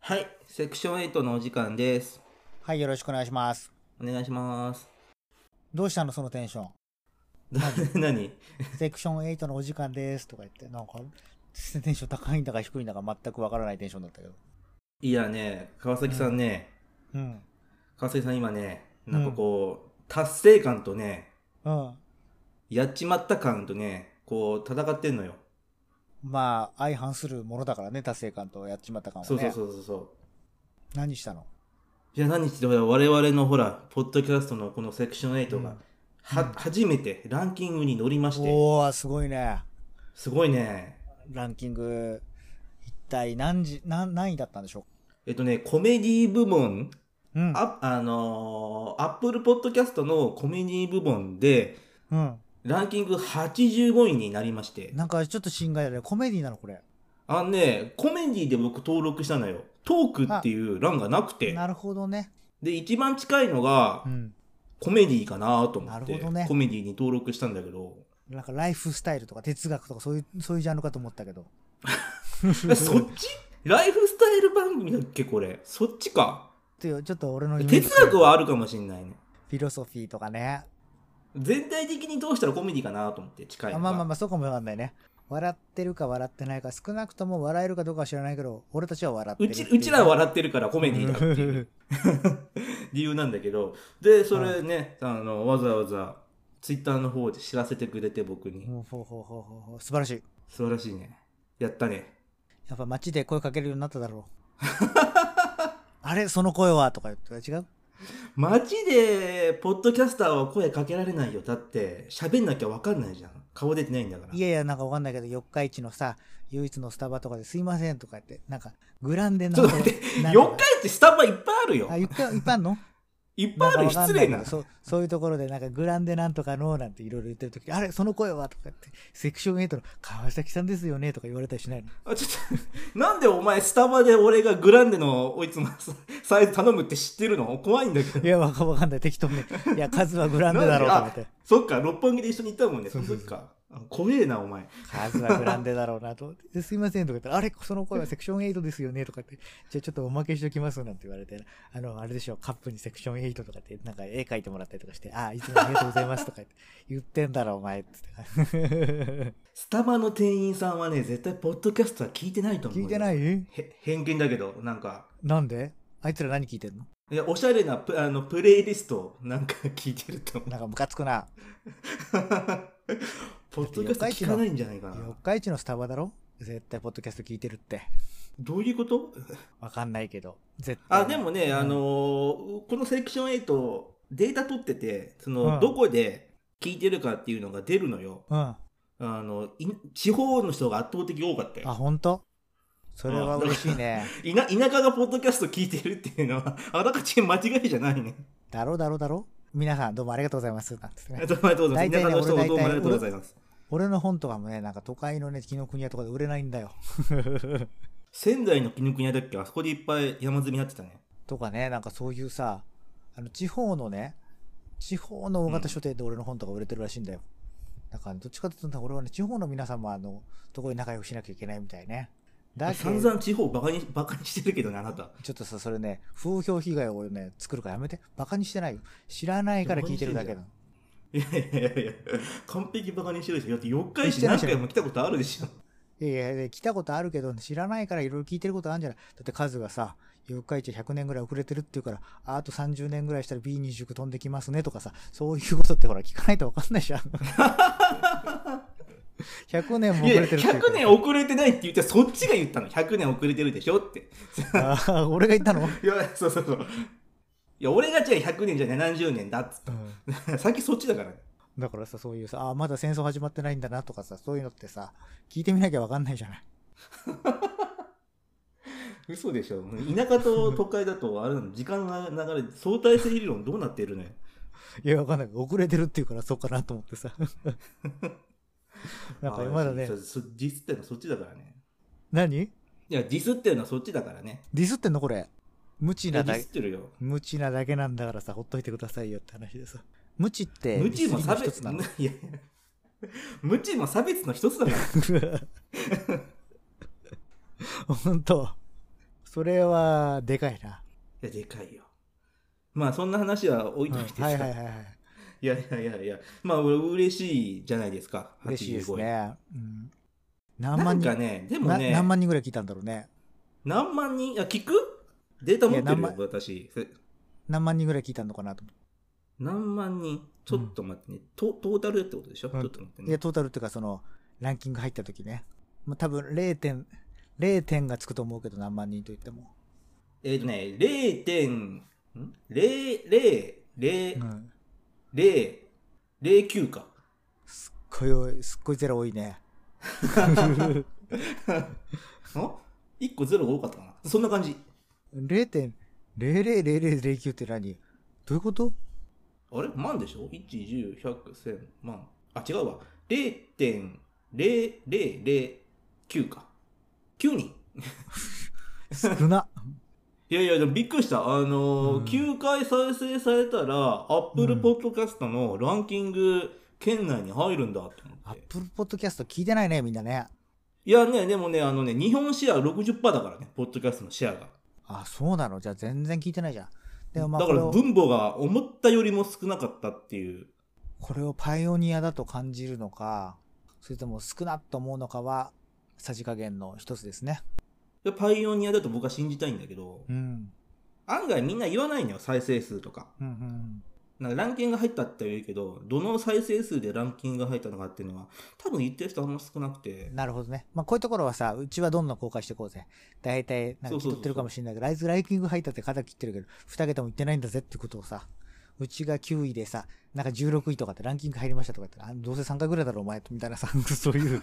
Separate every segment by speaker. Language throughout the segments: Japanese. Speaker 1: はい、セクション8のお時間です。
Speaker 2: はい、よろしくお願いします。
Speaker 1: お願いします。
Speaker 2: どうしたのそのテンション。
Speaker 1: 何
Speaker 2: セクション8のお時間ですとか言って、なんか、テンション高いんだか低いんだか全くわからないテンションだったけど。
Speaker 1: いやね、川崎さんね、
Speaker 2: うん。
Speaker 1: 川崎さん今ね、なんかこう、達成感とね、
Speaker 2: うん。
Speaker 1: やっちまった感とね、こう、戦ってんのよ。
Speaker 2: まあ、相反するものだからね、達成感とやっちまった感はね。
Speaker 1: そうそうそうそうそう。
Speaker 2: 何したの
Speaker 1: いや、何しろ我々のほら、ポッドキャストのこのセクション8が、
Speaker 2: うん
Speaker 1: は、
Speaker 2: うん
Speaker 1: 初めてランキングに乗りまして、
Speaker 2: おー、すごいね。
Speaker 1: すごいね。
Speaker 2: ランキング、一体何時、何、何位だったんでしょ
Speaker 1: えっとね、コメディ部門、
Speaker 2: ううん。
Speaker 1: あ、あのー、アップルポッドキャストのコメディ部門で、
Speaker 2: うん。
Speaker 1: ランキング85位になりまして、
Speaker 2: なんかちょっと心外だね。コメディなのこれ。
Speaker 1: あのね、コメディで僕登録したのよ。トークっていう欄がなくて、
Speaker 2: なるほどね。
Speaker 1: で、一番近いのが
Speaker 2: う、ん。
Speaker 1: コメディかなと思って、
Speaker 2: なるほどね
Speaker 1: コメディに登録したんだけ ど、
Speaker 2: なんかライフスタイルとか哲学とかそういう、そういうジャンルかと思った けど。
Speaker 1: えそっちライフスタイル番組だっけこれ。そっちか。
Speaker 2: っていうちょっと俺のイメージ
Speaker 1: 哲学はあるかもしんないね。
Speaker 2: フィロソフィーとかね、
Speaker 1: 全体的にどうしたらコメディかなと思って近い
Speaker 2: あ
Speaker 1: のが
Speaker 2: まあまあまあそうかもわかんないね笑ってるか笑ってないか少なくとも笑えるかどうかは知らないけど俺たちは笑って
Speaker 1: う
Speaker 2: る
Speaker 1: ちうちらは
Speaker 2: っ
Speaker 1: 笑ってるからコメディだっていう 理由なんだけどでそれね、あのわざわざツイッターの方で知らせてくれて僕に、
Speaker 2: ほうほうほうほうほうほう素晴らしい
Speaker 1: 素晴らしいねやったね
Speaker 2: やっぱ街で声かけるよう になっただろうあれその声はとか言って違う
Speaker 1: 街でポッドキャスターは声かけられないよだって喋んなきゃ分かんないじゃん顔出てないんだから
Speaker 2: いやいやなんかわかんないけど四日市のさ唯一のスタバとかですいませんとか言ってなんかグランデの
Speaker 1: ちょっと待
Speaker 2: って
Speaker 1: 四日市スタバいっぱいあるよ
Speaker 2: あいっぱいいっぱいあんの
Speaker 1: いっぱいあるよ
Speaker 2: んかわか
Speaker 1: 失
Speaker 2: んな
Speaker 1: 礼
Speaker 2: いけど
Speaker 1: な
Speaker 2: そうそういうところでなんかグランデなんとかのなんていろいろ言ってる時あれその声はとか言ってセクション8の川崎さんですよねとか言われたりしないの
Speaker 1: あちょっと なんでお前スタバで俺がグランデのおいつもサイズ頼むって知ってるの怖いんだけど
Speaker 2: いやわかわかんない適当にいや数はグランデだろうと思って
Speaker 1: そっか、六本木で一緒に行ったもんね、そ
Speaker 2: そう
Speaker 1: の
Speaker 2: そう
Speaker 1: 時か。あ怖えな、お前。
Speaker 2: 数はグランデだろうなと思ってですいませんとか言ったらあれその声はセクション8ですよねとか言ってじゃあちょっとおまけしときますなんて言われてあのあれでしょカップにセクション8とかってなんか絵描いてもらったりとかしてあいつもありがとうございますとか言って言ってんだろお前っつって
Speaker 1: スタバの店員さんはね、絶対ポッドキャストは聞いてないと思う
Speaker 2: 聞
Speaker 1: よ。
Speaker 2: いてない
Speaker 1: へ偏見だけど、なんか、
Speaker 2: なんであいつら何聞いてんの
Speaker 1: いやおしゃれなプあのプレイリストをなんか聞いてると思う。
Speaker 2: なんかムカつくな。
Speaker 1: ポッドキャスト聞かないんじゃないかな
Speaker 2: 四。日市のスタバだろ絶対ポッドキャスト聞いてるって。
Speaker 1: どういうこと
Speaker 2: わかんないけど。絶対。
Speaker 1: あ、でもね、あのーこのセレクション8、データ取ってて、その、
Speaker 2: うん
Speaker 1: どこで聞いてるかっていうのが出るのよ。
Speaker 2: うん。あ、
Speaker 1: あの、い地方の人が圧倒的多かったよ。
Speaker 2: ほんとそれは嬉しいね。
Speaker 1: いな田舎がポッドキャスト聞いてるっていうのは、 あながち間違いじゃないね。
Speaker 2: だろだろだろ皆さんどうもありがとうございます。なんつって
Speaker 1: あ
Speaker 2: ね
Speaker 1: り。がとうござい
Speaker 2: 大
Speaker 1: ます。田
Speaker 2: 体ね
Speaker 1: 舎の人も
Speaker 2: 俺
Speaker 1: どうもありがとうございます。
Speaker 2: 俺の本とかもね、なんか都会のね、紀ノ国屋とかで売れないんだよ。
Speaker 1: 仙台の絹屋だっけあそこでいっぱい山積みになってたね。
Speaker 2: とかね、なんかそういうさ、あの地方のね、地方の大型書店で俺の本とか売れてるらしいんだよ。だからどっちかというと俺はね、地方の皆様あのところに仲良くしなきゃいけないみたいね。だけど
Speaker 1: 散々地方をバカにバカにしてるけどね、あなた。
Speaker 2: ちょっとさ、それね、風評被害を俺ね、作るからやめて。バカにしてないよ。知らないから聞いてるだけだ。
Speaker 1: いやいやいやいや、完璧バカにしてるでしょ。だって四日市何回も来たことあるでしょ。
Speaker 2: いやいや、来たことあるけど、知らないからいろいろ聞いてることあるんじゃないだって数がさ、四日市100年ぐらい遅れてるっていうから、ああと30年ぐらいしたら B29 飛んできますねとかさ、そういうことってほら聞かないとわかんないじゃん。100年も
Speaker 1: い
Speaker 2: 遅
Speaker 1: や、
Speaker 2: れてるっていう
Speaker 1: 100年遅れてないって言って、そっちが言ったの。100年遅れてるでしょって。
Speaker 2: あー俺が言ったの、
Speaker 1: いや、そうそうそう。いや、俺がじゃあ100年じゃ70年だっつった。 先そっちだからね。
Speaker 2: だからさ、そういうさ、あーまだ戦争始まってないんだなとかさ、そういうのってさ、聞いてみなきゃわかんないじゃない。
Speaker 1: 嘘でしょ田舎と都会だとあれなの時間の流れ相対性理論どうなってるのよ
Speaker 2: いや、わかんない。遅れてるっていうから、そうかなと思っ てさ。なんかまだね
Speaker 1: あ、そそディスってのはそっちだからね
Speaker 2: 何
Speaker 1: いやディスってのはそっちだからね
Speaker 2: ディスってんのこれ。無知
Speaker 1: い
Speaker 2: な
Speaker 1: やディ
Speaker 2: だけ
Speaker 1: スっ。てるよ
Speaker 2: 無知なだけなんだからさ、ほっといてくださいよって話でさ。無知って、
Speaker 1: 無知も差別
Speaker 2: ディスりの一
Speaker 1: いや無知も差 別の一つだから
Speaker 2: つなの。本当それは、でかいな。
Speaker 1: や、でかいよ。まあ、そんな話は置いといて
Speaker 2: うん
Speaker 1: さ、
Speaker 2: はい
Speaker 1: い
Speaker 2: はいはいはい。
Speaker 1: やいやいやいや、まあ、俺嬉しいじゃないですか。
Speaker 2: 嬉しいです
Speaker 1: 85円。
Speaker 2: ね。うん、何
Speaker 1: な
Speaker 2: 万
Speaker 1: ん
Speaker 2: 人
Speaker 1: かね、でも
Speaker 2: な
Speaker 1: ね、
Speaker 2: 何万人ぐらい聞いたんだろうね。
Speaker 1: 何万人、あ、聞くデータ持って
Speaker 2: いや何
Speaker 1: る
Speaker 2: 万
Speaker 1: よ、私。せ
Speaker 2: 何万人ぐらい聞いたのかなと思
Speaker 1: 何万人ちょっと待ってね、トトータルってことでしょ、
Speaker 2: うん
Speaker 1: ちょっと待って
Speaker 2: って。い
Speaker 1: ね
Speaker 2: や、。トータルっていうか、その、ランキング入った時ね。まあ、多分0点、0点がつくと思うけど、何万人と言っても。
Speaker 1: えっ、とね、0点、ん ?0,0,0,0,9、
Speaker 2: ん。
Speaker 1: 0か。
Speaker 2: すっごい多い、すっごいゼロ多いね。
Speaker 1: ん ?1 個ゼロが多かったかなそんな感じ。
Speaker 2: 0.000009って何どういうこと
Speaker 1: あれ万でしょ ?1、10、100、1000、万。あ、違うわ。0.0009か。9人。
Speaker 2: 少な。
Speaker 1: いやいや、でもびっくりした。あのー
Speaker 2: うん
Speaker 1: 9回再生されたら、Apple Podcast のランキング圏内に入るんだと思
Speaker 2: ア
Speaker 1: っ
Speaker 2: ッ
Speaker 1: て。
Speaker 2: プルポッドキャスト聞いてないね、みんなね。
Speaker 1: いやね、でもね、あのね、日本シェア60%だからね、ポッドキャストのシェアが。
Speaker 2: あ、そうなのじゃあ全然聞いてないじゃん。でもまあ
Speaker 1: だ
Speaker 2: こ
Speaker 1: か
Speaker 2: れ
Speaker 1: ら
Speaker 2: を、
Speaker 1: 分母が思ったよりも少なかったっていう。
Speaker 2: これをパイオニアだと感じるのか、それとも少なっと思うのかは、さじ加減の一つですね。
Speaker 1: でパイオニアだと僕は信じたいんだけど、
Speaker 2: うん。
Speaker 1: 案外みんな言わないのよ、再生数とか。
Speaker 2: うんうん。
Speaker 1: なんかランキング入ったって言うけど、どの再生数でランキングが入ったのかっていうのは、多分言ってる人あんま少なくて。
Speaker 2: なるほどね。まあ、こういうところはさ、うちはどんどん公開していこうぜ。大体、なんか切っとってるかもしれないけど、あいつライキング入ったって肩切ってるけど、2桁もいってないんだぜってことをさ、うちが9位でさ、なんか16位とかってランキング入りましたとかって、あどうせ3回ぐらいだろお前、みたいなさ、 そ ういう。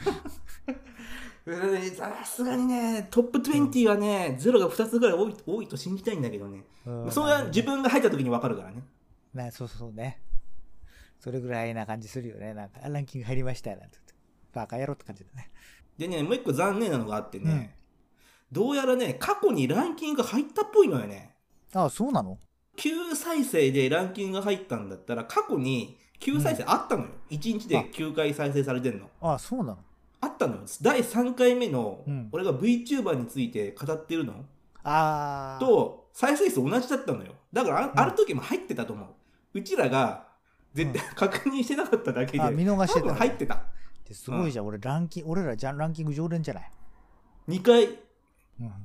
Speaker 1: うんさすがにね、トップ20はね、ゼロが2つぐらい多い多いと信じたいんだけどね。
Speaker 2: うん
Speaker 1: それは自分が入った時に分かるからね。
Speaker 2: なそうそうそうね。それぐらいな感じするよね。なんか、あランキング入りましたよ、なんて言って。バカ野郎って感じだね。
Speaker 1: でね、もう一個残念なのがあってね、どうやらね、過去にランキング入ったっぽいのよね。
Speaker 2: ああ、そうなの
Speaker 1: 9再生でランキング入ったんだったら、過去に9再生あったのよ。1日で9回再生されてんの。
Speaker 2: ああ、そうなの
Speaker 1: あったのよ。第3回目の
Speaker 2: うん、
Speaker 1: 俺が VTuber について語ってるの、
Speaker 2: ああ。
Speaker 1: と、再生数同じだったのよ。だからあ、
Speaker 2: うん
Speaker 1: ある時も入ってたと思う。うちらが、絶対確認してなかっただけで、
Speaker 2: あ見逃して
Speaker 1: 多
Speaker 2: た
Speaker 1: 分入ってた。
Speaker 2: すごいじゃん。俺、ランキング、俺らじゃんランキング常連じゃない。
Speaker 1: 2回、
Speaker 2: うん。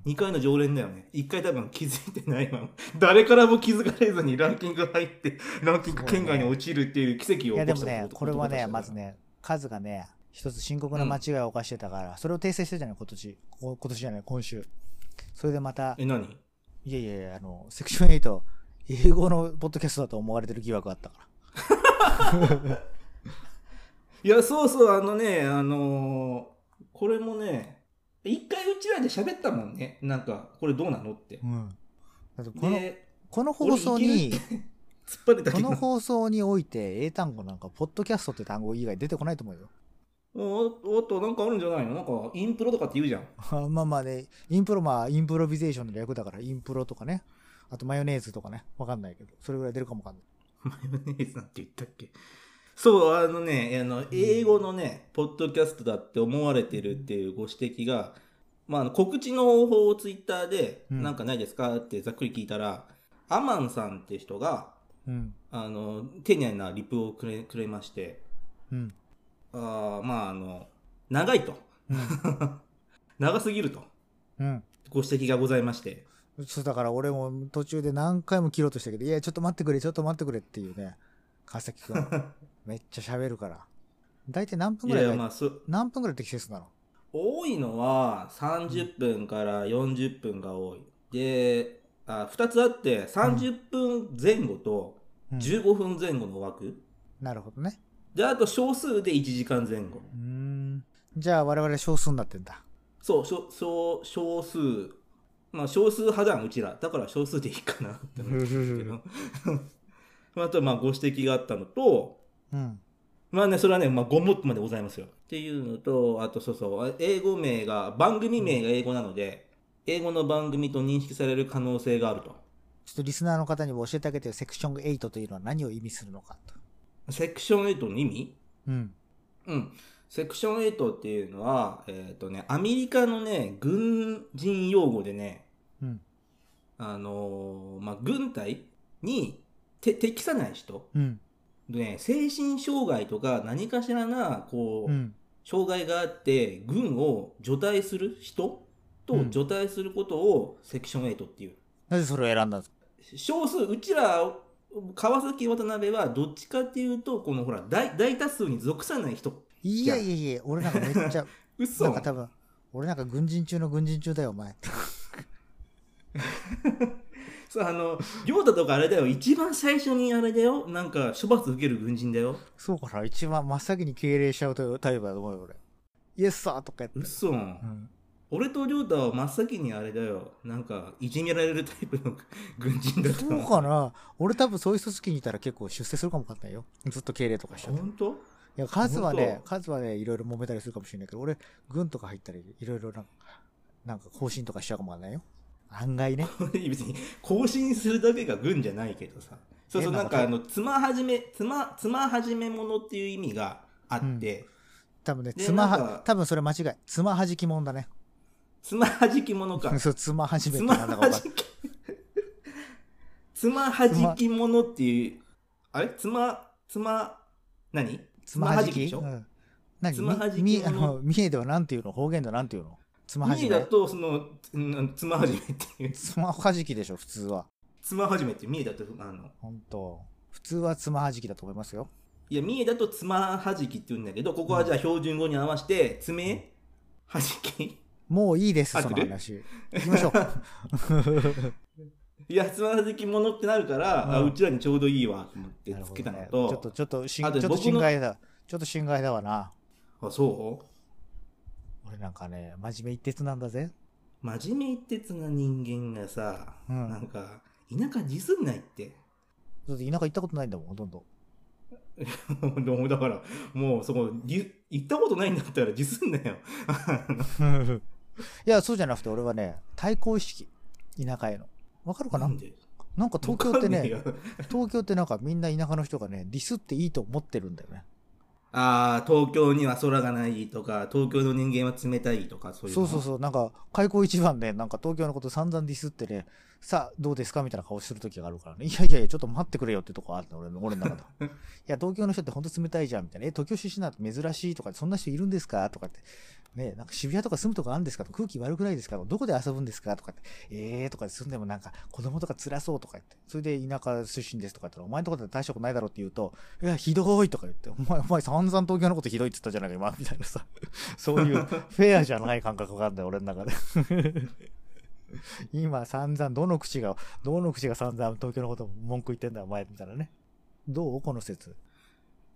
Speaker 1: 2回の常連だよね。1回多分気づいてないまま。誰からも気づかれずにランキング入って、ランキング圏外に落ちるっていう奇跡
Speaker 2: い
Speaker 1: を
Speaker 2: や、
Speaker 1: 起
Speaker 2: で
Speaker 1: こし
Speaker 2: も
Speaker 1: た
Speaker 2: ね、これはね、まず。ね、数がね、一つ深刻な間違いを犯してたから、それを訂正してたじゃない、今年。こ今年じゃない、今週。それでまた、
Speaker 1: え、何
Speaker 2: いやいやいや、あの、セクション8、英語のポッドキャストだと思われてる疑惑があったから。
Speaker 1: いや、そうそう、あのね、あのーこれもね、1回うちらで喋ったもんね。なんか、これどうなのって。
Speaker 2: うん。だってこの、
Speaker 1: で、
Speaker 2: この放送に、
Speaker 1: 突っ張れた
Speaker 2: こ
Speaker 1: けど
Speaker 2: の。放送において英単語なんか、ポッドキャストって単語以外出てこないと思うよ。
Speaker 1: おおっと、なんかあるんじゃないのなんか、インプロとかって言うじゃん。
Speaker 2: あまあまあね、インプロ、まあ、インプロビゼーションの略だから、インプロとかね。あと、マヨネーズとかね。わかんないけど、それぐらい出るかもわかんない。
Speaker 1: マヨネーズなんて言ったっけそう、あのね、あの英語のね、ポッドキャストだって思われてるっていうご指摘が、まああの、告知の方法をツイッターで、
Speaker 2: うん
Speaker 1: なんかないですかってざっくり聞いたら、アマンさんって人が、
Speaker 2: うん。
Speaker 1: あの、丁寧なリプをくれくれまして、
Speaker 2: うん。
Speaker 1: あーまあ、あの、長いと。 長すぎると。
Speaker 2: うん。
Speaker 1: ご指摘がございまして。
Speaker 2: うん。そう、だから俺も途中で何回も切ろうとしたけど、いや、ちょっと待ってくれ、ちょっと待ってくれっていうね。川 崎くん。めっちゃ喋るから。大体何分
Speaker 1: い
Speaker 2: ぐら
Speaker 1: や
Speaker 2: い
Speaker 1: いや、
Speaker 2: が
Speaker 1: まあ、そ
Speaker 2: 何分ぐらい適切なの
Speaker 1: 多いのは30分から40分が多い。で、あ2つあって30分前後と
Speaker 2: うん
Speaker 1: 15分前後の枠。
Speaker 2: なるほどね。
Speaker 1: で、あと少数で1時間前後。
Speaker 2: うーん。じゃあ、我々少数になってんだ。
Speaker 1: そう、少少少数。まあ少数派だん、うちら。だから少数でいいかなって 思うんですけど。あ と、まあご指摘があったのと、
Speaker 2: うん。
Speaker 1: まあね、それはね、まあ、ごもっともでございますよ。っていうのと、あと、そうそう、英語名が、番組名が英語なので、英語の番組と認識される可能性があると。
Speaker 2: ちょっとリスナーの方にも教えてあげてよセクション8というのは何を意味するのかと。
Speaker 1: セクション8の意味
Speaker 2: うん。
Speaker 1: うん。セクション8っていうのは、えっ、とね、アメリカのね、軍人用語でね、
Speaker 2: うん。
Speaker 1: あのーまあ、軍隊にて適さない人、
Speaker 2: うん。
Speaker 1: でね、精神障害とか何かしらなこう、
Speaker 2: うん。
Speaker 1: 障害があって軍を除隊する人
Speaker 2: う
Speaker 1: と
Speaker 2: ん
Speaker 1: 除隊することをセクション8っていう
Speaker 2: なぜそれを選んだんですか
Speaker 1: 少数うちら川崎渡辺はどっちかっていうとこのほら大大多数に属さない人
Speaker 2: いやいやいや、俺なんかめ っちゃ、
Speaker 1: 嘘
Speaker 2: なんか多分、俺なんか軍人中の軍人中だよ、お前。
Speaker 1: そうあの亮太とかあれだよ一番最初にあれだよなんか処罰受ける軍人だよ
Speaker 2: そうかな、一番真っ先に敬礼しちゃうタイプだと思うよ、俺。イエスさーとかやって。
Speaker 1: 嘘、
Speaker 2: うん。
Speaker 1: 俺と亮太は真っ先にあれだよなんかいじめられるタイプの軍人だった
Speaker 2: そうかな俺多分そういう組織にいたら結構出世するかもわかんないよ。ずっと敬礼とかしちゃって。
Speaker 1: 本当
Speaker 2: いや、数はね
Speaker 1: 本、当
Speaker 2: 数はね、いろいろ揉めたりするかもしれないけど、俺、軍とか入ったり、いろいろなんか、なんか更新とかしちゃうかもわかんないよ。案外ね。
Speaker 1: 別に更新するだけが軍じゃないけどさそうそう
Speaker 2: えな
Speaker 1: なんん
Speaker 2: か
Speaker 1: かあのつまはじめつまつまはじめものっていう意味があって、
Speaker 2: 多分ね、
Speaker 1: で
Speaker 2: つま
Speaker 1: なん
Speaker 2: は
Speaker 1: か、
Speaker 2: 多分それ間違い。つまはじきもんだね。
Speaker 1: つまはじきも のか
Speaker 2: そう、つまはじめ
Speaker 1: つ
Speaker 2: って
Speaker 1: ま
Speaker 2: なんだか
Speaker 1: は
Speaker 2: わかん
Speaker 1: じきつまはじき ものっていうあれつまつま何
Speaker 2: つまは
Speaker 1: つまはじ
Speaker 2: じ
Speaker 1: きで
Speaker 2: き
Speaker 1: しょ
Speaker 2: うん。何
Speaker 1: つまはじき
Speaker 2: みみあ
Speaker 1: もの
Speaker 2: の、三重ではなんていうの方言ではなんていうのつまは
Speaker 1: 2
Speaker 2: じ
Speaker 1: 位だ
Speaker 2: め。
Speaker 1: とそのうんつまはじめっていう
Speaker 2: つまはじきでしょ、普通は。
Speaker 1: つまはじめって三重だとあの
Speaker 2: ほんと。普通はつまはじきだと思いますよ。
Speaker 1: いや三重だとつまはじきって言うんだけどここはじゃあ標準語に合わせて爪はじき
Speaker 2: もういいです、
Speaker 1: 合っ
Speaker 2: そ
Speaker 1: て
Speaker 2: の
Speaker 1: る
Speaker 2: 話。行きま しょう。
Speaker 1: いや、つまずきものってなるから、
Speaker 2: うん
Speaker 1: あうちらにちょうどいいわと思って
Speaker 2: なる
Speaker 1: つ
Speaker 2: ほ
Speaker 1: け
Speaker 2: ど
Speaker 1: たの
Speaker 2: ねち
Speaker 1: と、
Speaker 2: ょっと、ちょっと、しんちょ
Speaker 1: あ
Speaker 2: っ
Speaker 1: と
Speaker 2: と
Speaker 1: 僕の
Speaker 2: 心外だ。ちょっと心外だわな。
Speaker 1: あ、そ
Speaker 2: 俺なんかね、真面目一徹なんだぜ。
Speaker 1: う真面目一徹な人間がさ、
Speaker 2: うん
Speaker 1: なんか、田舎ディスんないって。
Speaker 2: だって田舎行ったことないんだもん、ほとんど。
Speaker 1: でもだから、もうそこ、ディ行ったことないんだったらディスんなよ。
Speaker 2: いや、そうじゃなくて、俺はね、対抗意識。田舎への。わかるかな
Speaker 1: で
Speaker 2: なんか東京って
Speaker 1: わかん
Speaker 2: ね、
Speaker 1: えよ
Speaker 2: 東京ってなんかみんな田舎の人がね、ディスっていいと思ってるんだよね。
Speaker 1: ああ、東京には空がないとか、東京の人間は冷たいとか、そういう
Speaker 2: そ
Speaker 1: の。
Speaker 2: うそうそう、なんか開口一番で、なんか東京のこと散々ディスってね、さあ、どうですかみたいな顔する時があるからね。いやいやいや、ちょっと待ってくれよってとこあるの、俺の俺の中では。 いや、東京の人ってほんと冷たいじゃん、みたいな。え、東京出身なんて珍しいとか、そんな人いるんですかとかって。ねなんか渋谷とか住むとこあるんですか空気悪くないですかどこで遊ぶんですかとかって。えーとかで住んでもなんか子供とか辛そうとか言って。それで田舎出身ですとか言ったら、お前のとこで大したことないだろうって言うと、いや、ひどいとか言って、お前、お前散々東京のことひどいって言ったじゃないか、今、みたいなさ。そういうフェアじゃない感覚があるんだよ、俺の中で。今、散々、どの口が、どの口が散々東京のこと文句言ってんだ、お前、みたいなね。どうこの説。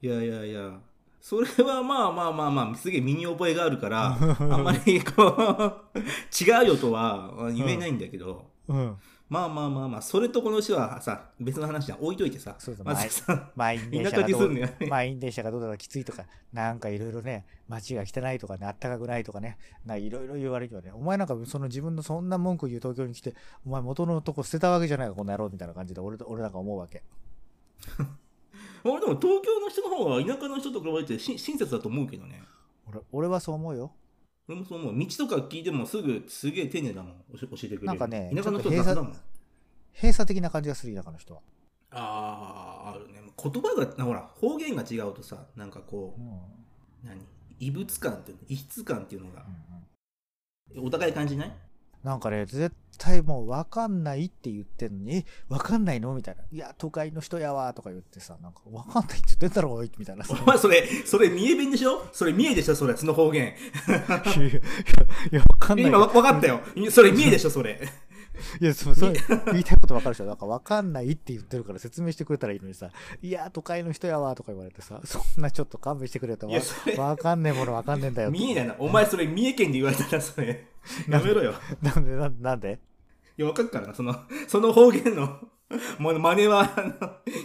Speaker 1: いやいやいや、それはまあまあまあまあ、すげえ身に覚えがある から、あんまりこう、違うよとは言えないんだけど、
Speaker 2: うん。
Speaker 1: まあまあまあまあ、それとこの詩はさ、別の話じゃん置いといてさ、
Speaker 2: そうだ
Speaker 1: まずさ、
Speaker 2: 満員電
Speaker 1: 田
Speaker 2: 車
Speaker 1: 舎
Speaker 2: が
Speaker 1: に
Speaker 2: ど
Speaker 1: すん
Speaker 2: う、
Speaker 1: のよね。
Speaker 2: 満員電車がどうだかきついとか、なんかいろいろね、街が汚いとかね、あったかくないとかね、なんかいろいろ言われるよね。お前なんかその自分のそんな文句言う東京に来て、お前元のとこ捨てたわけじゃないか、この野郎みたいな感じで俺と、俺なんか思うわけ。
Speaker 1: 俺でも東京の人の方が田舎の人と比べてし親切だと思うけどね。
Speaker 2: 俺、俺はそう思うよ。
Speaker 1: 俺もそう思う。道とか聞いてもすぐすげえ丁寧だもん。教え教えてくれる。
Speaker 2: なんかね
Speaker 1: 田舎の人
Speaker 2: ちょっと閉
Speaker 1: 雑
Speaker 2: 鎖
Speaker 1: だもん。
Speaker 2: 閉鎖的な感じがする、田舎の人は。
Speaker 1: ああ、あるね。言葉が、ほら、方言が違うとさ、なんかこ
Speaker 2: うん。
Speaker 1: う、何異物感っていうの異質感っていうのが
Speaker 2: う、ん
Speaker 1: お互い感じない
Speaker 2: なんかね、絶対もう分かんないって言ってんのに、え分かんないのみたいな。いや、都会の人やわとか言ってさ、なんか分かんないって言ってんだろ、おいみたいなさ。
Speaker 1: お前それ、それ三重弁でしょそれ三重でしょそれ、その方言。
Speaker 2: いや、いやいや、分かんない。
Speaker 1: 今わ分かったよ。それ三重でしょそれ。
Speaker 2: いや、そう、そう、言いたいこと分かるでしょ。なんか分かんないって言ってるから説明してくれたらいいのにさ、いや、都会の人やわとか言われてさ、そんなちょっと勘弁してくれよと。
Speaker 1: いやそれ
Speaker 2: 分かんねえもの分かんねえんだよって。
Speaker 1: 三重だな。お前それ三重県で言われたらそれ。 やめろよ。
Speaker 2: なんで、なんなんで
Speaker 1: いや、わかるからな。その、 その方言の、もの真似は、あの、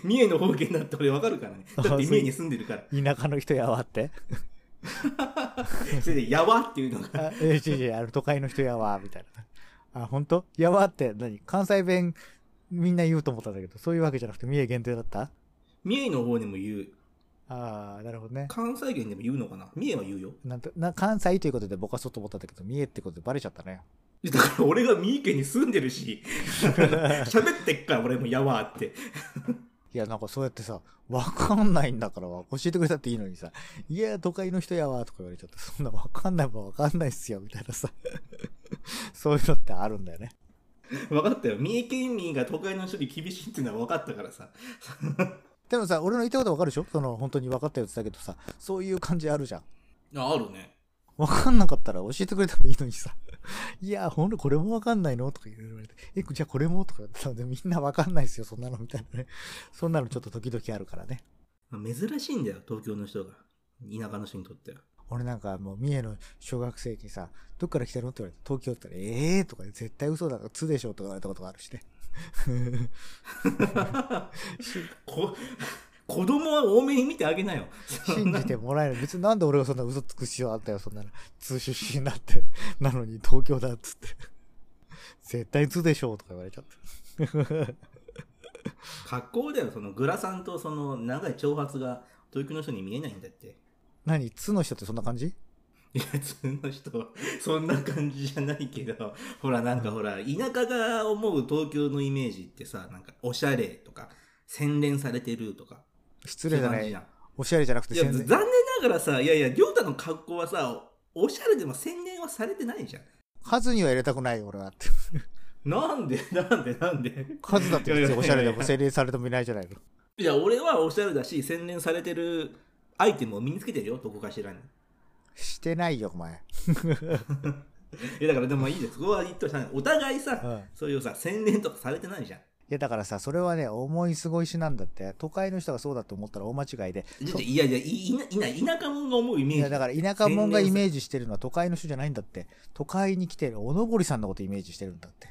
Speaker 1: 三重の方言だって俺わかるからね。だって三重に住んでる から。
Speaker 2: 田舎の人やわって。
Speaker 1: それで、やわっていうのが。
Speaker 2: あえー、違う違うあの、都会の人やわ、みたいな。あ、本当やわって、何関西弁、みんな言うと思ったんだけど、そういうわけじゃなくて、三重限定だった
Speaker 1: 三重の方でも言う。
Speaker 2: ああ、なるほどね。
Speaker 1: 関西圏でも言うのかな三重は言うよ。
Speaker 2: なんとな関西ということで僕はそうと思ったんだけど、三重ってことでバレちゃったね。
Speaker 1: だから俺が三重県に住んでる し喋ってっから俺もやわーって
Speaker 2: いや、なんかそうやってさ、わかんないんだからわ教えてくれたっていいのにさ、いや、都会の人やわ、とか言われちゃって、そんなわかんないもんわかんないっすよ、みたいなさ。 そういうのってあるんだよね。
Speaker 1: 分かったよ三重県民が都会の人に厳しいっていうのは分かったからさ
Speaker 2: でもさ、俺の言ったことわかるでしょその、本当に分かったやつだけどさ、そういう感じあるじゃん。
Speaker 1: ああるね
Speaker 2: わかんなかったら教えてくれてもいいのにさ。 いや、ほんとこれもわかんないのとか言われて。え、じゃあこれもとか言ってみんなわかんないっすよ、そんなのみたいなね。 そんなのちょっと時々あるからね。
Speaker 1: 珍しいんだよ東京の人が田舎の人にとっては
Speaker 2: 俺なんかもう三重の小学生にさ、どっから来たのって言われて、東京って言ったら、ええーとか言って、絶対嘘だから、つでしょとか言われたことがあるしね。
Speaker 1: こ子供は多めに見てあげなよ
Speaker 2: 信じてもらえない。別になんで俺がそんな嘘つく必要あったよ、そんなの。通出身だって。なのに東京だっつって。絶対図でしょとか言われちゃった。
Speaker 1: 格好だよそのグラさんとその長い長髪が東京の人に見えないんだって
Speaker 2: 何図の人ってそんな感じ
Speaker 1: いや普通の人はそんな感じじゃないけどほらなんかほら田舎が思う東京のイメージってさなんかおしゃれとか洗練されてるとか
Speaker 2: 失礼じゃな
Speaker 1: そういう感じ
Speaker 2: い
Speaker 1: じゃ。ん
Speaker 2: おしゃれじゃなくて
Speaker 1: いや
Speaker 2: 宣
Speaker 1: 残念
Speaker 2: 伝。
Speaker 1: ながらさいやいや亮太の格好はさおしゃれでも洗練はされてないじゃん
Speaker 2: 数には入れたくないよ、俺はって。
Speaker 1: なんでなんでなんで
Speaker 2: 数だって
Speaker 1: いや
Speaker 2: 別
Speaker 1: いやいや
Speaker 2: におしゃれでも洗練されてもいないじゃないの。
Speaker 1: いや俺はおしゃれだし洗練されてるアイテムを身につけてるよどこかしらに
Speaker 2: してないよ、お前。
Speaker 1: いやだからでもいいですそこは言っとしたねお互いさ、
Speaker 2: うん
Speaker 1: そういうさ洗練とかされてないじゃん
Speaker 2: いやだからさ、それはね、思い過ごしなんだって。都会の人がそうだと思ったら大間違いで。
Speaker 1: い
Speaker 2: そう
Speaker 1: やいやいやいない田舎者が思うイメー
Speaker 2: い
Speaker 1: ジ
Speaker 2: やだから田舎者がイメージしてるのは都会の人じゃないんだって。都会に来てるおのぼりさんのことイメージしてるんだって。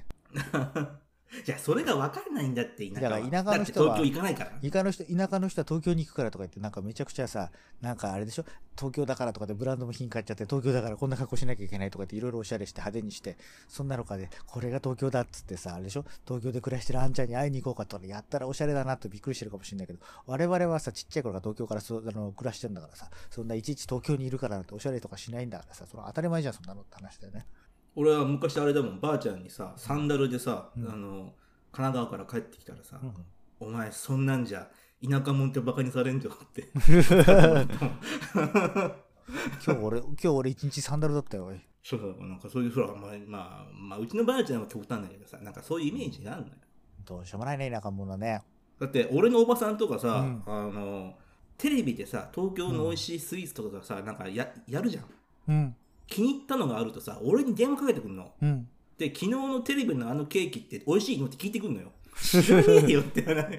Speaker 1: じゃあそれが分かんないんだって田舎は
Speaker 2: だから田舎の人は
Speaker 1: だって東京行かないから
Speaker 2: 田舎の人、田舎の人は東京に行くからとか言って、なんかめちゃくちゃさ、なんかあれでしょ東京だからとかでブランドも品買っちゃって、東京だからこんな格好しなきゃいけないとかっていろいろおしゃれして派手にして、そんなのかで、これが東京だっつってさ、あれでしょ東京で暮らしてるあんちゃんに会いに行こうかとか、やったらおしゃれだなとびっくりしてるかもしれないけど、我々はさ、ちっちゃい頃から東京からそうあの暮らしてるんだからさ、そんないちいち東京にいるからなんておしゃれとかしないんだからさ、その当たり前じゃん、そんなのって話だよ ね。
Speaker 1: 俺は昔あれだもんばあちゃんにさサンダルでさ、
Speaker 2: うん
Speaker 1: あの神奈川から帰ってきたらさ、
Speaker 2: うん
Speaker 1: お前そんなんじゃ田舎者ってバカにされんじゃんって
Speaker 2: 今日俺、今日俺一日サンダルだったよ、おい。
Speaker 1: そうそうなんかそういうほら、まあまあ、まあうちのばあちゃんは極端だけどさなんかそういうイメージがあるのよ
Speaker 2: どうしようもないね、田舎者はね。
Speaker 1: だって俺のおばさんとかさ、
Speaker 2: うん
Speaker 1: あのテレビでさ東京の美味しいスイーツとかさ、なんかややるじゃん
Speaker 2: うん、
Speaker 1: 気に入ったのがあるとさ俺に電話かけてくんの
Speaker 2: うん。
Speaker 1: で昨日のテレビのあのケーキって美味しいのって聞いてくんのよ知らねえよってな なテ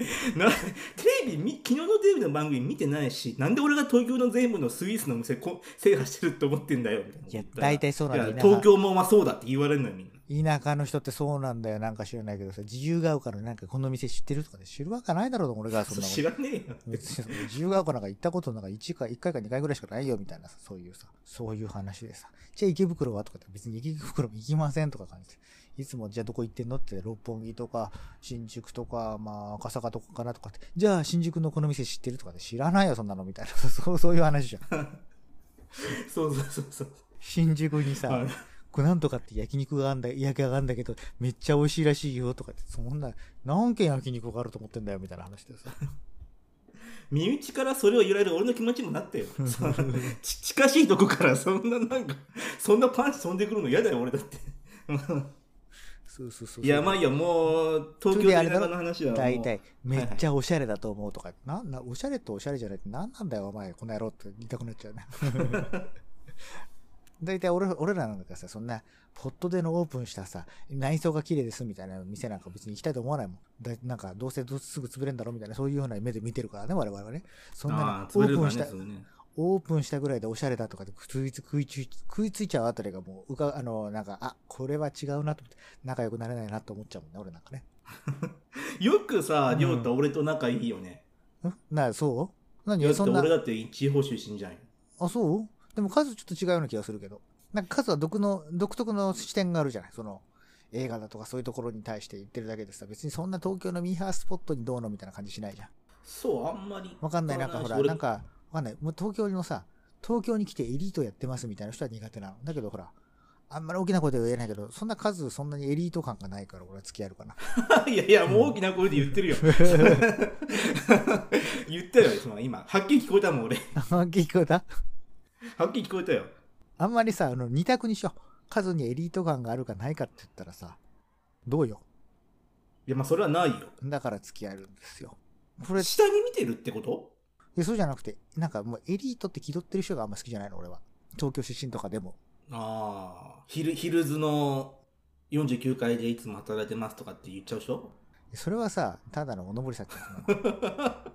Speaker 1: レビみ昨日のテレビの番組見てないしなんで俺が東京の全部のスイーツのお店こ制覇してると思ってんだよみたいない
Speaker 2: や大体そうなんだ
Speaker 1: いや
Speaker 2: 田舎
Speaker 1: 東京もまあそうだって言われるのよみんな
Speaker 2: 田舎の人ってそうなんだよ。なんか知らないけどさ、自由が丘のなんかこの店知ってるとかで知るわけないだろうと、俺がそんなこ
Speaker 1: 知
Speaker 2: と。
Speaker 1: らねえよ
Speaker 2: 別にその自由が丘なんか行ったことなんか1か、1回か2回ぐらいしかないよみたいなさ、そういうさ、そういう話でさ、じゃあ池袋はとかって別に池袋行きませんとか感じて、いつもじゃあどこ行ってんのって六本木とか新宿とか、まあ赤坂とかかなとかって、じゃあ新宿のこの店知ってるとかで知らないよそんなのみたいな、 そう、そういう話じゃん。
Speaker 1: そうそうそうそう
Speaker 2: 新宿にさ、
Speaker 1: はい
Speaker 2: こうなんとかって焼肉があんだ、焼き上があんだけど、めっちゃ美味しいらしいよとかって、そんな、何軒焼肉があると思ってんだよみたいな話でさ。
Speaker 1: 身内からそれを言われる俺の気持ちにもなってよそのち近しいとこからそんななんかそんなパンチ飛んでくるの嫌だよ俺だって
Speaker 2: そうそうそう。
Speaker 1: いやまあいいやもう東京
Speaker 2: で
Speaker 1: 田
Speaker 2: あれだ
Speaker 1: 舎
Speaker 2: ろ
Speaker 1: の話はもう
Speaker 2: 大体、めっちゃおしゃれだと思うとか、なんな、おしゃれとおしゃれじゃないって何なんだよ、お前、この野郎って言いたくなっちゃうね。 大体俺俺らなんかさ、そんな、ポットでのオープンしたさ、内装が綺麗ですみたいな店なんか別に行きたいと思わないもん。だいなんか、どうせどうせすぐ潰れんだろみたいな、そういうような目で見てるからね、我々はね。そんな
Speaker 1: ああ
Speaker 2: の、オ
Speaker 1: 潰れる
Speaker 2: ー
Speaker 1: からね
Speaker 2: プンした、
Speaker 1: それね
Speaker 2: オープンしたぐらいでおしゃれだとかで食いつ食いつ食いついちゃうあたりがもううかあのなんかあこれは違うなと思って仲良くなれないなと思っちゃうもんね俺なんかね
Speaker 1: よくさ
Speaker 2: うん
Speaker 1: 亮太俺と仲いいよね、
Speaker 2: んなそう
Speaker 1: だ
Speaker 2: 何
Speaker 1: って
Speaker 2: そんな
Speaker 1: 俺だって地方出身じゃんよ
Speaker 2: あそうでも数ちょっと違うような気がするけどなんか数は独の独特の視点があるじゃないその映画だとかそういうところに対して言ってるだけでさ別にそんな東京のミーハースポットにどうのみたいな感じしないじゃん
Speaker 1: そうあんまり
Speaker 2: わかんないなんかほら
Speaker 1: 俺
Speaker 2: なんかわかんないもう東京のさ東京に来てエリートやってますみたいな人は苦手なのだけどほらあんまり大きな声では言えないけど、そんな数、そんなにエリート感がないから、俺は付き合えるかな。
Speaker 1: いやいや、もう大きな声で言ってるよ。 言ったよ、その今。はっきり聞こえたもん、俺。
Speaker 2: あんまり聞こえた
Speaker 1: はっきり聞こえたよ。
Speaker 2: あんまりさ、あの、二択にしよう。数にエリート感があるかないかって言ったらさ、どうよ。
Speaker 1: いや、まあ、それはないよ。
Speaker 2: だから付き合えるんですよ。これ、
Speaker 1: 下に見てるってこと
Speaker 2: えそうじゃなくて、なんかもうエリートって気取ってる人があんま好きじゃないの、俺は。東京出身とかでも。
Speaker 1: ああ、ヒルヒルズの49階でいつも働いてますとかって言っちゃう人
Speaker 2: それはさ、ただのおのぼりさん
Speaker 1: あ、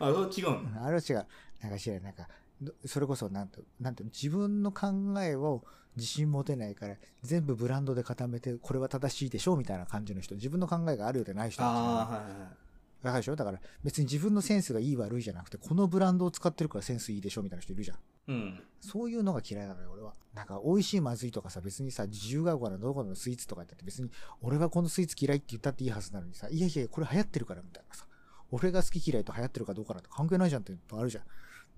Speaker 1: そう違うの
Speaker 2: あれは違う。なんか知らない。なんか、どそれこそ、なんと、なんと、自分の考えを自信持てないから、全部ブランドで固めて、これは正しいでしょうみたいな感じの人。自分の考えがあるようでない人なんですよね。
Speaker 1: ああ、はいはいはい。
Speaker 2: わかるでしょだから、別に自分のセンスがいい悪いじゃなくて、このブランドを使ってるからセンスいいでしょみたいな人いるじゃん。
Speaker 1: うん。
Speaker 2: そういうのが嫌いなのよ、俺は。なんか、美味しい、まずいとかさ、別にさ、自由が丘のどこのスイーツとかやったって別に、俺がこのスイーツ嫌いって言ったっていいはずなのにさ、いやいや、これ流行ってるからみたいなさ、俺が好き嫌いと流行ってるかどうかなんて関係ないじゃんっていうのあるじゃん。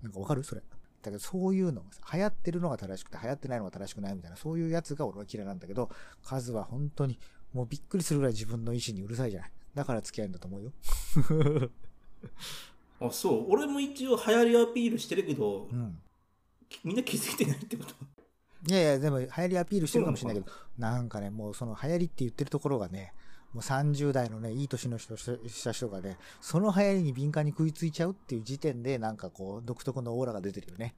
Speaker 2: なんかわかるそれ。だけど、そういうのがさ、流行ってるのが正しくて、流行ってないのが正しくないみたいな、そういうやつが俺は嫌いなんだけど、カズは本当に、もうびっくりするぐらい自分の意思にうるさいじゃない。だから付き合うんだと思うよ。
Speaker 1: あ、そう。俺も一応流行りアピールしてるけど、
Speaker 2: うん。
Speaker 1: きみんな気づいてないってこと
Speaker 2: いやいや、でも流行りアピールしてるかもしれないけど、なんかね、もうその流行りって言ってるところがね、もう30代のね、いい年の人した人がね、その流行りに敏感に食いついちゃうっていう時点で、なんかこう、独特のオーラが出てるよ ね。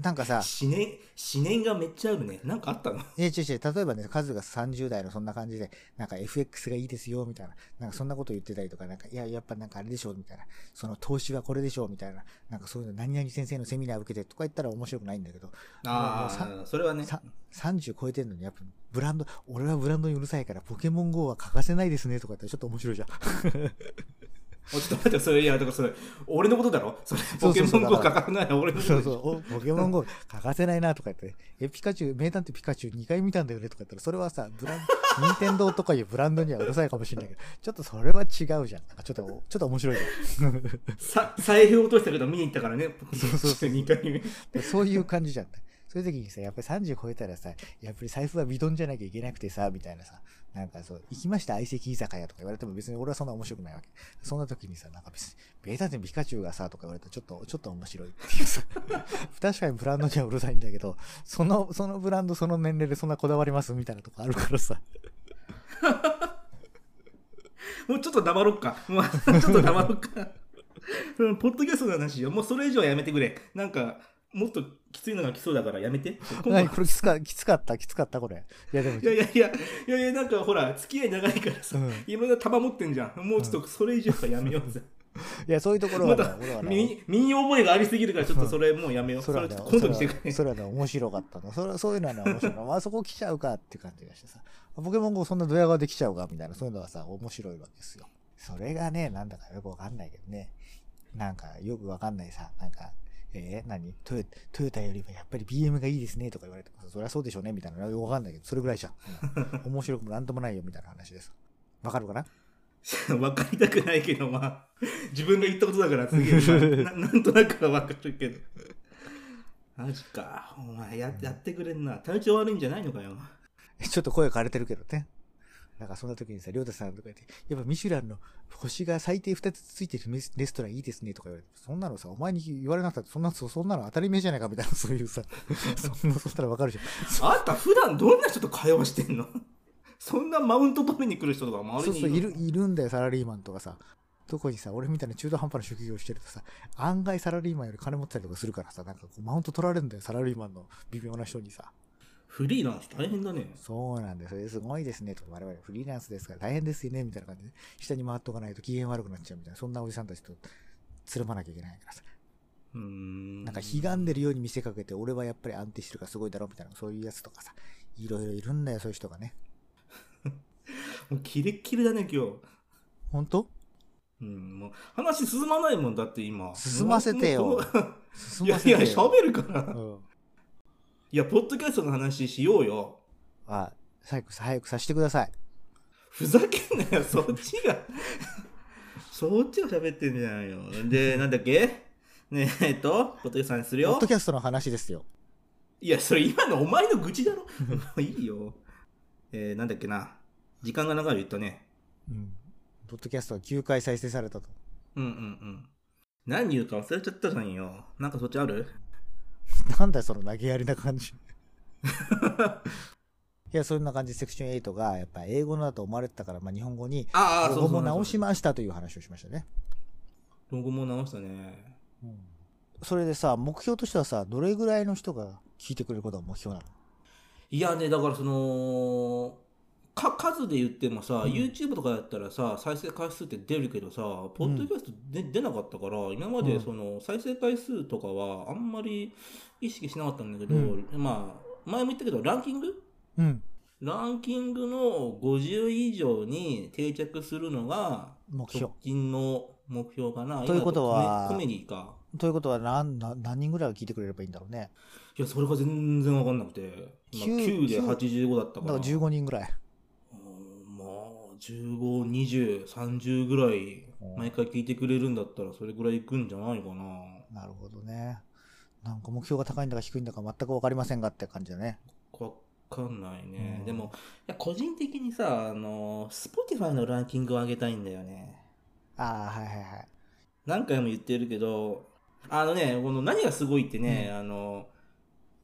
Speaker 2: なんかさ、
Speaker 1: 思念、思念がめっちゃあるね。なんかあったの
Speaker 2: え、違う違う、例えばね、カズが30代のそんな感じで、なんか FX がいいですよ、みたいな、なんかそんなこと言ってたりとか、なんか、いや、やっぱなんかあれでしょ、みたいな、その投資はこれでしょ、みたいな、なんかそういうの、何々先生のセミナー受けてとか言ったら面白くないんだけど、
Speaker 1: ああ、それはね。
Speaker 2: さ30超えてんのに、やっぱブランド、俺はブランドにうるさいから、ポケモン GO は欠かせないですねとか言ったらちょっと面白いじゃん。
Speaker 1: おちょっと待って、それ、いや、だからそれ、俺のことだろそれ、ポケモン GO
Speaker 2: だ
Speaker 1: か
Speaker 2: か
Speaker 1: らかない俺のことでし
Speaker 2: そ
Speaker 1: ょ
Speaker 2: うそう、おポケモン GO 欠かせないなとか言って、え、ピカチュウ、名探偵ピカチュウ2回見たんだよねとか言ったら、それはさ、ブ ランド、任天堂とかいうブランドにはうるさいかもしれないけど、ちょっとそれは違うじゃん。なんかちょっと、ちょっと面白いじゃん。
Speaker 1: さ財布落としたけど見に行ったからね。
Speaker 2: そうそうそう
Speaker 1: 二回目。
Speaker 2: でそういう感じじゃん。そういう時にさ、やっぱり30超えたらさ、やっぱり財布は微ンじゃなきゃいけなくてさ、みたいなさ、なんかそう、行きました相席居酒屋とか言われても別に俺はそんな面白くないわけ。そんな時にさ、なんか別に、ベータでピカチュウがさ、とか言われたらちょっと、ちょっと面白いっていうさ、 確かにブランドにはうるさいんだけど、その、そのブランドその年齢でそんなこだわりますみたいなとこあるからさ、
Speaker 1: もうちょっと黙ろっか。もう ちょっと黙ろっか。うんポッドキャストの話よ。もうそれ以上はやめてくれ。なんか、もっときついのが来そうだからやめて。今度
Speaker 2: 何これきつか、きつかった、きつかったこれ。いやでも
Speaker 1: い、やいやいや、いやいや、なんかほら、付き合い長いからさ、
Speaker 2: うん
Speaker 1: いろんな束持ってんじゃん。もうちょっとそれ以上はやめようぜ。
Speaker 2: いや、そういうところ
Speaker 1: ま
Speaker 2: はね、
Speaker 1: だ
Speaker 2: 俺はね、
Speaker 1: 身に身に覚えがありすぎるから、ちょっとそれもうやめよう。そ
Speaker 2: そ
Speaker 1: れ
Speaker 2: れ
Speaker 1: は
Speaker 2: は
Speaker 1: ちょ
Speaker 2: ね
Speaker 1: っと今度に
Speaker 2: それは
Speaker 1: してくれ。
Speaker 2: それはね、面白かったの。それはそういうのはね、面白い の。あそこ来ちゃうかっていう感じがしてさ、ポケモン GO そんなドヤ顔で来ちゃうかみたいな、そういうのはさ、面白いわけですよ。それがね、なんだかよくわかんないけどね。なんか、よくわかんないさ、なんか、えー、何トヨトヨタよりもやっぱり BM がいいですねとか言われてもさそりゃそうでしょうねみたいな、よくわかんないけど、それぐらいじゃん。うん面白くもなんともないよみたいな話です。わかるかな
Speaker 1: 分かりたくないけど、まあ、自分が言ったことだから、次、まあななんとなくは分かるけど。マジか。お前や、やってくれんな。体調悪いんじゃないのかよ。
Speaker 2: ちょっと声枯れてるけどね。なんかそんな時にさ、りょうたさんとか言って、やっぱミシュランの星が最低2つついてるレスレストランいいですねとか言われて、そんなのさ、お前に言われなかったら、そんな、そそんなの当たり前じゃないかみたいな、そういうさ、 そんな、そしたらわかるじゃ ん。
Speaker 1: あんた、普段どんな人と会話してんの そんなマウント取りに来る人とか周
Speaker 2: そ
Speaker 1: りに
Speaker 2: うそう、い
Speaker 1: いる
Speaker 2: る、いるんだよ、サラリーマンとかさ。特にさ、俺みたいな中途半端な職業してるとさ、案外サラリーマンより金持ってたりとかするからさ、なんかこうマウント取られるんだよ、サラリーマンの微妙な人にさ。
Speaker 1: フリーランス大変だね。
Speaker 2: そうなんです。それすごいですね。とか、我々フリーランスですから大変ですよね。みたいな感じで、下に回っとかないと機嫌悪くなっちゃうみたいな、そんなおじさんたちとつるまなきゃいけないからさ。
Speaker 1: うーん。
Speaker 2: なんか、悲願でるように見せかけて、俺はやっぱり安定してるからすごいだろ、みたいな、そういうやつとかさ、いろいろいるんだよ、そういう人がね。
Speaker 1: もうキレッキレだね、今日。
Speaker 2: ほんと
Speaker 1: うん、もう話進まないもんだって今。
Speaker 2: 進ませてよ
Speaker 1: もうもう
Speaker 2: 進
Speaker 1: いやい
Speaker 2: ませ
Speaker 1: や、
Speaker 2: てよ。
Speaker 1: 喋るから。
Speaker 2: うん。
Speaker 1: いや、ポッドキャストの話しようよ。
Speaker 2: あ、早く、早くさせてください。
Speaker 1: ふざけんな よ、そっちが。そっちが喋ってんじゃないよ。で、なんだっけねええっと、ポッドキャストにする
Speaker 2: ポッ
Speaker 1: よ
Speaker 2: ド。キャストの話ですよ。
Speaker 1: いや、それ今のお前の愚痴だろ もういいよ。えー、なんだっけな。時間が長い言ったね。
Speaker 2: うん。ポッドキャストは9回再生されたと。
Speaker 1: うんうんうん。何言うか忘れちゃったじゃんよ。なんかそっちある
Speaker 2: なんだよその投げやりな感 じ。いや、そんな感じでセクション8が、やっぱ英語のだと思われてたから、まあ日本語に、
Speaker 1: あ
Speaker 2: 英語も直し
Speaker 1: ま。
Speaker 2: ましたという話をしましたね。
Speaker 1: ロゴも直したね。
Speaker 2: うんそれでさ、目標としてはさ、どれぐらいの人が聞いてくれることが目標なの
Speaker 1: いやね、だからその、か数で言ってもさ、
Speaker 2: うん
Speaker 1: YouTube とかだったらさ、再生回数って出るけどさ、ポッドキャストで、出なかったから、今ま
Speaker 2: う
Speaker 1: で
Speaker 2: ん
Speaker 1: その再生回数とかはあんまり意識しなかったんだけど、
Speaker 2: う
Speaker 1: まあ、前も言ったけど、ランキング
Speaker 2: うん。
Speaker 1: ランキングの50以上に定着するのが
Speaker 2: 目標
Speaker 1: 直近の目標かな。
Speaker 2: ということは
Speaker 1: 今だコメコメディか。
Speaker 2: ということは何、な何人ぐらいが聞いてくれればいいんだろうね。
Speaker 1: いや、それが全然わかんなくて。今
Speaker 2: 9
Speaker 1: 9で85だった
Speaker 2: だ
Speaker 1: か。
Speaker 2: からら15人ぐらい。
Speaker 1: うんまあ、15、20、30ぐらい
Speaker 2: うん、
Speaker 1: 毎回聞いてくれるんだったら、それぐらいいくんじゃないかな。
Speaker 2: なるほどね。なんか目標が高いんだか低いんだか全く分かりませんがって感じだね。
Speaker 1: わかんないね。
Speaker 2: うん
Speaker 1: でも、いや個人的にさ、あの、Spotify のランキングを上げたいんだよね。
Speaker 2: ああ、はいはいはい。
Speaker 1: 何回も言ってるけどあのねこの何がすごいってね、あの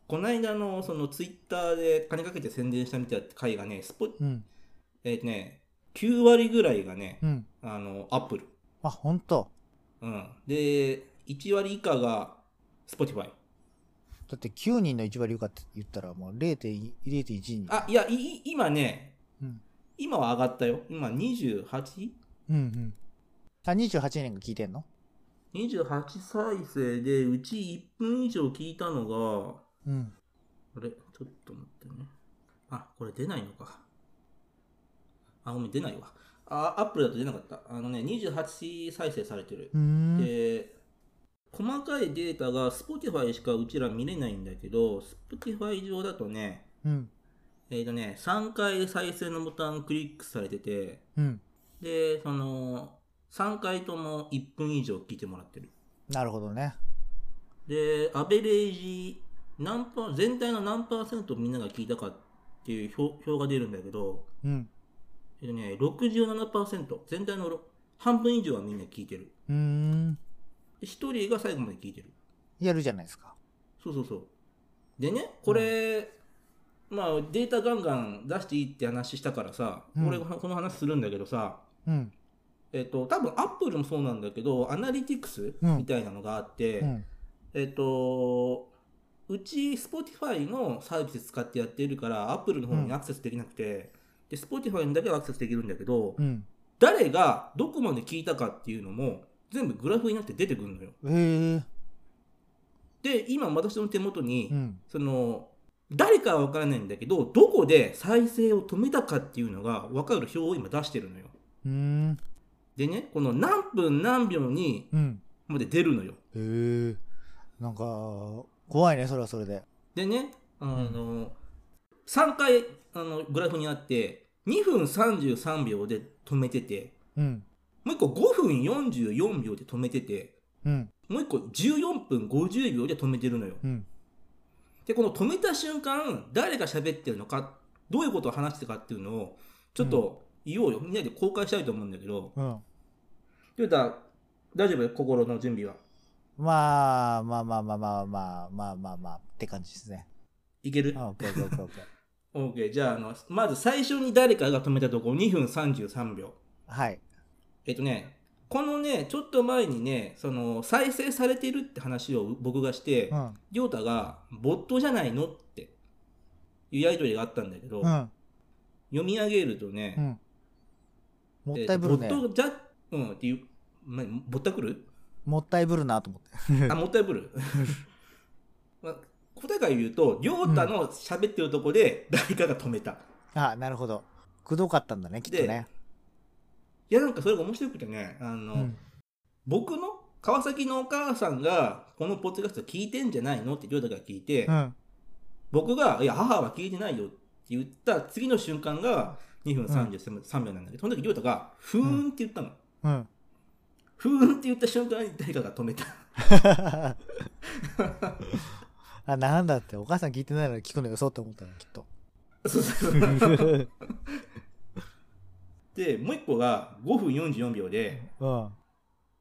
Speaker 1: こないだのそのツイッターで金かけて宣伝したみたいな回がねスポ
Speaker 2: うん。
Speaker 1: えっ、とね9割ぐらいがね
Speaker 2: うん。
Speaker 1: あのアップル、
Speaker 2: あ、ほんと。
Speaker 1: うん、で1割以下が Spotify
Speaker 2: だって9人の1割以下って言ったらもう0.1 0.1人。
Speaker 1: あいやいい今ね
Speaker 2: うん。
Speaker 1: 今は上がったよ今 28?28
Speaker 2: うんうん。あ、28人が聞いてんの
Speaker 1: 再生でうち1分以上聞いたのが
Speaker 2: うん。
Speaker 1: あれちょっと待ってね。あ、これ出ないのか。あ、ごめん、出ないわ。あ、アップルだと出なかった。あのね、28再生されてる
Speaker 2: う。ーん。
Speaker 1: で、細かいデータが Spotify しかうちら見れないんだけど、Spotify 上だとね、
Speaker 2: うん。
Speaker 1: えっ、とね、3回再生のボタンクリックされてて、
Speaker 2: うん。
Speaker 1: で、その、3回とも1分以上聞いてもらってる。
Speaker 2: なるほどね。
Speaker 1: でアベレージ何パー全体の何パーセントみんなが聞いたかっていう表表が出るんだけど、
Speaker 2: うん。
Speaker 1: えっとね、67%全体のろ半分以上はみんな聞いてる
Speaker 2: うーん。
Speaker 1: で1人が最後まで聞いてる
Speaker 2: やるじゃないですか。
Speaker 1: そうそうそうでねこれ、まあデータガンガン出していいって話したからさ、
Speaker 2: うん
Speaker 1: 俺がこの話するんだけどさ
Speaker 2: うん。
Speaker 1: えっと多分アップルもそうなんだけどアナリティクス
Speaker 2: うん
Speaker 1: みたいなのがあって、
Speaker 2: うん。
Speaker 1: えっと、うち Spotify のサービス使ってやってるから、Apple の方にアクセスできなくて、で Spotify にだけはアクセスできるんだけど、
Speaker 2: うん。
Speaker 1: 誰がどこまで聞いたかっていうのも、全部グラフになって出てくるのよ。
Speaker 2: へえ。
Speaker 1: で、今私の手元に、
Speaker 2: うん。
Speaker 1: その、誰かは分からないんだけど、どこで再生を止めたかっていうのが分かる表を今出してるのよ。
Speaker 2: うーん。
Speaker 1: でね、この何分何秒に
Speaker 2: うん。
Speaker 1: まで出るのよ。
Speaker 2: へえ。なんか、怖いね、それはそれで。
Speaker 1: でね、あの、3回あのグラフにあって、2分33秒で止めてて、
Speaker 2: うん。
Speaker 1: もう1個5分44秒で止めてて、
Speaker 2: うん。
Speaker 1: もう1個14分50秒で止めてるのよ。
Speaker 2: うん。
Speaker 1: で、この止めた瞬間、誰が喋ってるのか、どういうことを話してたかっていうのを、ちょっと言おうよ。みんなで公開したいと思うんだけど、
Speaker 2: うん。
Speaker 1: ゆうた、大丈夫心の準備は。
Speaker 2: まあ、まあまあまあまあまあまあまあまあって感じですね。
Speaker 1: いける
Speaker 2: あ、オッケーオッケーオッケー。
Speaker 1: ?OK。じゃあ、あの、まず最初に誰かが止めたところ、2分33秒。
Speaker 2: はい。
Speaker 1: えっとね、このね、ちょっと前にね、その再生されてるって話を僕がして
Speaker 2: う、ん。
Speaker 1: りょうたが、ボットじゃないのっていうやりとりがあったんだけど、
Speaker 2: うん。
Speaker 1: 読み上げるとね、
Speaker 2: うん。もっ
Speaker 1: え
Speaker 2: たい
Speaker 1: っと
Speaker 2: ぶ
Speaker 1: ボ
Speaker 2: るね。
Speaker 1: ットじゃ、うんっていう、まぼったく る
Speaker 2: もったいぶるなと思って。
Speaker 1: あ、もったいぶ る。まあ答えから言うと、りょうたの喋ってるとこで誰かが止めた。
Speaker 2: あ、なるほど。くどかったんだね、きっとね。
Speaker 1: いや、なんかそれが面白くてね、あの、
Speaker 2: うん。
Speaker 1: 僕の川崎のお母さんが、このポッドキャスト聞いてんじゃないのってりょうたが聞いて、
Speaker 2: うん。
Speaker 1: 僕が「いや母は聞いてないよ」って言った次の瞬間が2分33秒なんだけど、その時亮太が「ふーん」って言ったの、
Speaker 2: うん。
Speaker 1: ふーんって言った瞬間に誰かが止めた
Speaker 2: ああ、なんだって、お母さん聞いてないのに聞くのよ、そうって思ったの、きっと。
Speaker 1: そうそうそうでもう一個が5分44秒で、
Speaker 2: うん。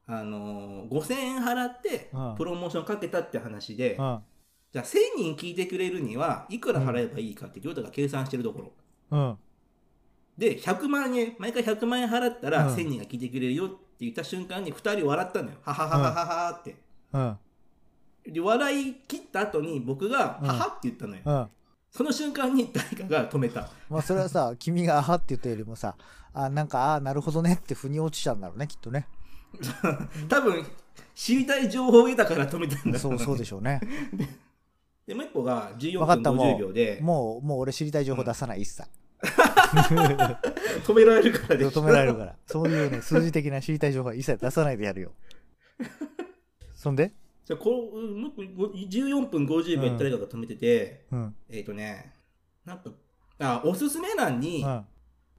Speaker 1: あのー5000円払って
Speaker 2: うん
Speaker 1: プロモーションかけたって話で、
Speaker 2: うん。
Speaker 1: じゃあ1000人聞いてくれるにはいくら払えばいいかって亮太が計算してるところ
Speaker 2: うん。
Speaker 1: で100万円毎回100万円払ったら
Speaker 2: うん
Speaker 1: 1000人が聞いてくれるよって言った瞬間に2人笑ったのよははははははって、
Speaker 2: うん。
Speaker 1: で笑い切った後に僕が「
Speaker 2: うん
Speaker 1: はは」って言ったのよ、
Speaker 2: うん。
Speaker 1: その瞬間に 誰かが止めた
Speaker 2: まあ、それはさ、君があはって言ったよりもさ、あ、なんか、あなるほどねって腑に落ちちゃうんだろうね、きっとね。
Speaker 1: 多分知りたい情報を得たから止めたんだ
Speaker 2: そう、そうでしょ うね。
Speaker 1: でもう一個が
Speaker 2: わかっ
Speaker 1: 14
Speaker 2: た
Speaker 1: 分
Speaker 2: も
Speaker 1: 50
Speaker 2: う
Speaker 1: 秒で
Speaker 2: もう、もう俺知りたい情報出さない、一 切。
Speaker 1: 止められるからでしょ
Speaker 2: 止められるから。そういうね、数字的な知りたい情報は一切出さないでやるよ。そんで
Speaker 1: じゃあこううんもう一個14分50秒誰かが止めてて、
Speaker 2: うん。
Speaker 1: えっ、とねなんかあおすすめ欄に
Speaker 2: うん。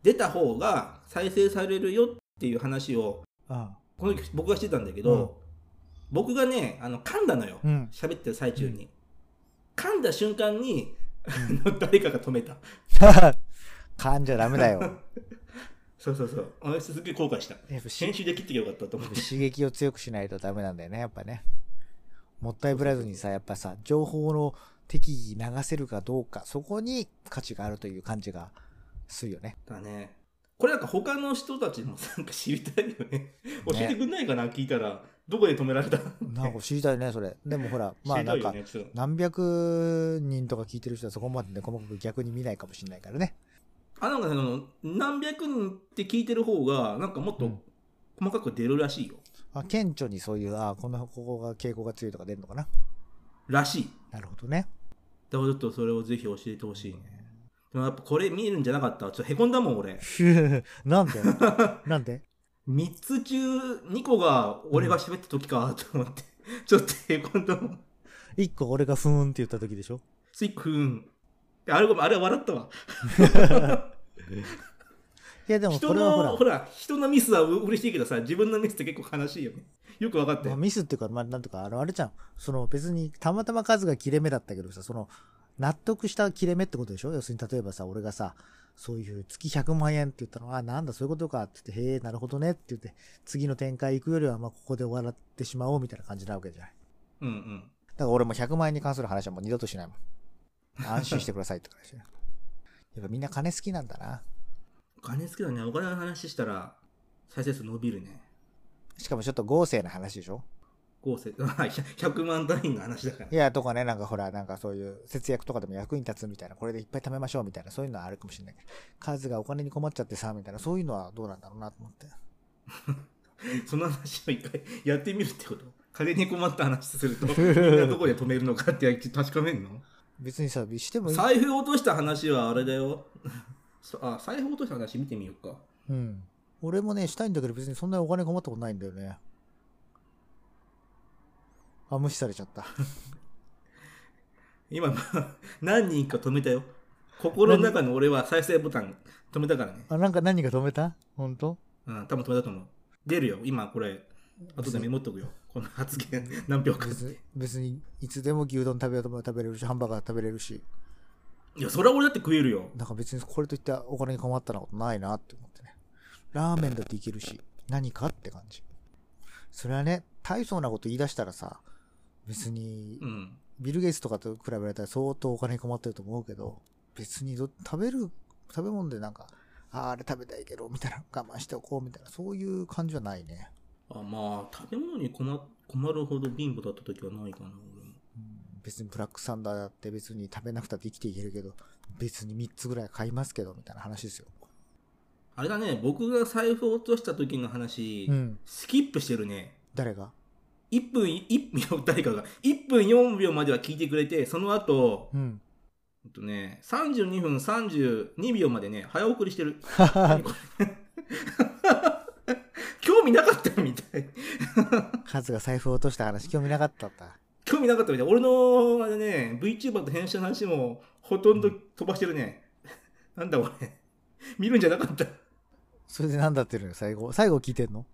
Speaker 1: 出た方が再生されるよっていう話を
Speaker 2: うん。
Speaker 1: この時僕がしてたんだけど、
Speaker 2: うん
Speaker 1: 僕がねあの噛んだのよ
Speaker 2: うん。
Speaker 1: 喋、ってる最中に、噛んだ瞬間に、あの 誰かが止めた
Speaker 2: 噛んじゃダメだよ。
Speaker 1: そうそうそうあれすげえ後悔した
Speaker 2: やっぱし
Speaker 1: 編集で切ってきゃよかったと思って
Speaker 2: 刺激を強くしないとダメなんだよね、やっぱね。もったいぶらずにさ、やっぱさ、情報の適宜流せるかどうか、そこに価値があるという感じがするよね。
Speaker 1: だねこれなんか他の人たちもなんか知りたいよね教えてくんないかな、聞いたらどこで止められた
Speaker 2: なんか知りたいね、それ。でもほら、まあ
Speaker 1: 知り
Speaker 2: な
Speaker 1: たい
Speaker 2: ん
Speaker 1: よ
Speaker 2: か、
Speaker 1: ねちょっと
Speaker 2: 何百人とか聞いてる人はそこまでね、細かく逆に見ないかもしれないからね。
Speaker 1: あなんかその何百人って聞いてる方がなんかもっ
Speaker 2: う
Speaker 1: と
Speaker 2: ん
Speaker 1: 細かく出るらしいよ、
Speaker 2: あ顕著にそういう、ああ、この、ここが傾向が強いとか出るのかな。
Speaker 1: らしい
Speaker 2: なるほどね。
Speaker 1: だからちょっとそれをぜひ教えてほしいねでもやっぱこれ見るんじゃなかったわちょっとへこんだもん俺
Speaker 2: ふうなんでなんで
Speaker 1: 3つ中2個が俺が喋った時かと思って、 ちょっとへこんだもん
Speaker 2: 一個俺がふーんって言った時でしょ
Speaker 1: スイックンあれごめんあれは笑ったわ
Speaker 2: いやでも
Speaker 1: 人
Speaker 2: これはほら
Speaker 1: のほら人のミスはう嬉しいけどさ自分のミスって結構悲しいよねよく分かった
Speaker 2: まあ、
Speaker 1: よ、
Speaker 2: ミスっていうか、まあ、なんとか、あの、あれじゃん。その、別に、たまたま数が切れ目だったけどさ、その、納得した切れ目ってことでしょ要するに、例えばさ、俺がさ、そういう月100万円って言ったのは、あ、なんだ、そういうことかって言って、へえ、なるほどねって言って、次の展開行くよりは、まあ、ここで終わってしまおうみたいな感じなわけじゃない。
Speaker 1: うんうん、
Speaker 2: だから俺も100万円に関する話はもう二度としないもん。安心してくださいって感じ。やっぱみんな金好きなんだな。
Speaker 1: お金好きだねお金の話したら再生数伸びるね
Speaker 2: しかもちょっと豪勢な話でしょ
Speaker 1: 後世 100万単位の話だから
Speaker 2: いや、とかね、なんかほら、なんかそういう節約とかでも役に立つみたいな、これでいっぱい貯めましょうみたいな、そういうのはあるかもしれないけど、数がお金に困っちゃってさ、みたいな、そういうのはどうなんだろうなと思って。
Speaker 1: その話を一回やってみるってこと金に困った話す るとみんなどこで止めるのかって確かめるの
Speaker 2: 別にさ、してもいい。
Speaker 1: 財布落とした話はあれだよ そあ財布落とした話見てみようか
Speaker 2: うん。俺もね、したいんだけど、別にそんなにお金困ったことないんだよね。あ、無視されちゃった。
Speaker 1: 今 何人か止めたよ心の中の俺は再生ボタン止めたからね
Speaker 2: あ、なんか何か止めた本当
Speaker 1: うん、多分止めたと思う。出るよ、今これ。後でメモっとくよ。この発言、 何票か。
Speaker 2: 別に、別に、いつでも牛丼食べようと思えば食べれるし、ハンバーガー食べれるし、
Speaker 1: いや、それは俺だって食えるよ。
Speaker 2: なんか別にこれといったお金に困ったことないなって思ってね。ラーメンだっていけるし、何かって感じ。それはね、大層なこと言い出したらさ、別に
Speaker 1: う、ん。
Speaker 2: ビル・ゲイツとかと比べられたら相当お金に困ってると思うけど、別にど食べる、食べ物でなんか、あーあれ食べたいけど、みたいな、我慢しておこう、みたいな、そういう感じはないね。
Speaker 1: あまあ、食べ物に困困るほど貧乏だった時はないかな、俺も。
Speaker 2: うん別にブラックサンダーだって別に食べなくたって生きていけるけど、別に3つぐらい買いますけど、みたいな話ですよ。
Speaker 1: あれだね、僕が財布落とした時の話、
Speaker 2: うん。
Speaker 1: スキップしてるね。
Speaker 2: 誰が
Speaker 1: 1分、1秒、誰かが、1分4秒までは聞いてくれて、その後、
Speaker 2: うん。
Speaker 1: えっとね、32分32秒までね、早送りしてる。 興味なかったみたい。
Speaker 2: カズが財布を落とした話興味なかったんだ。
Speaker 1: 興味なかったみたい。俺の、あれね、VTuber と編集の話もほとんど飛ばしてるね。なんだ俺。見るんじゃなかった。
Speaker 2: それで何だってるの最後。最後聞いてんの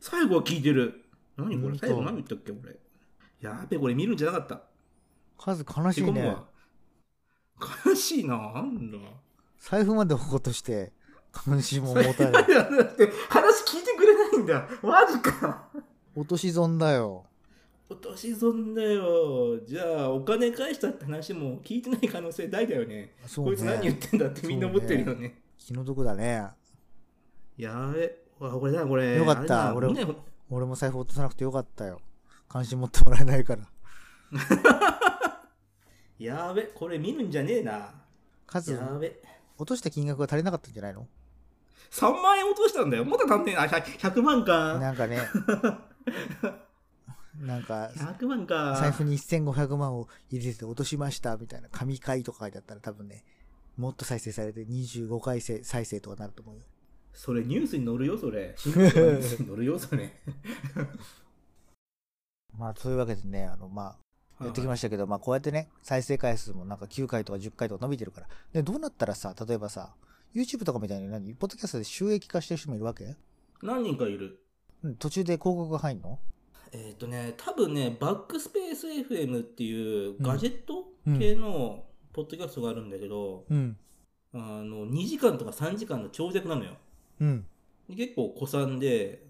Speaker 1: 最後は聞いてる。何こ
Speaker 2: う
Speaker 1: れ
Speaker 2: んと
Speaker 1: 最後何言ったっけ俺。やべ、これ見るんじゃなかった。
Speaker 2: カズ悲し
Speaker 1: へ
Speaker 2: い
Speaker 1: こむ
Speaker 2: ね。
Speaker 1: わ。悲しいな、なんだ。
Speaker 2: 財布まで落っことして、関心も持た
Speaker 1: だ
Speaker 2: れ
Speaker 1: っ
Speaker 2: る。
Speaker 1: て話聞いてくれないんだ。マジか。
Speaker 2: 落とし損だよ。
Speaker 1: 落とし損だよ。じゃあ、お金返したって話も聞いてない可能性大だよね。
Speaker 2: そうね
Speaker 1: こいつ何言ってんだってみんな思ってるよね。
Speaker 2: 気の毒だね。
Speaker 1: やべ。わこれだ、これ。
Speaker 2: よかっ
Speaker 1: あ
Speaker 2: た
Speaker 1: れだ
Speaker 2: 俺
Speaker 1: みんな
Speaker 2: 俺も財布落とさなくてよかったよ。関心持ってもらえないから。
Speaker 1: やべ、これ見るんじゃねえな。
Speaker 2: カズ、
Speaker 1: やべ。
Speaker 2: 落とした金額が足りなかったんじゃないの
Speaker 1: 3万円落としたんだよ。まだ足んねえな。あ100 100万か。
Speaker 2: なんか ね。なんか、
Speaker 1: 100万か。
Speaker 2: 財布に1500万を入れてて落としましたみたいな、神回とか書いてあったら多分ね、もっと再生されて25回生再生とかなると思うよ。
Speaker 1: それニュースに載るよ、そ れ。新聞とかニュースに載るよ、それ。
Speaker 2: まあ、そういうわけでね、あの、まあ、やってきましたけど、まあ、こうやってね、再生回数もなんか9回とか10回とか伸びてるから。で、どうなったらさ、例えばさ、YouTube とかみたいに何ポッドキャストで収益化してる人もいるわけ
Speaker 1: 何人かいる。
Speaker 2: うん途中で広告が入んの
Speaker 1: えっ、とね、多分ね、バックスペース FM っていうガジェット
Speaker 2: うん
Speaker 1: 系のポッドキャストがあるんだけど、
Speaker 2: うん。
Speaker 1: あの2時間とか3時間の長尺なのよ。
Speaker 2: うん。
Speaker 1: で結構古参で、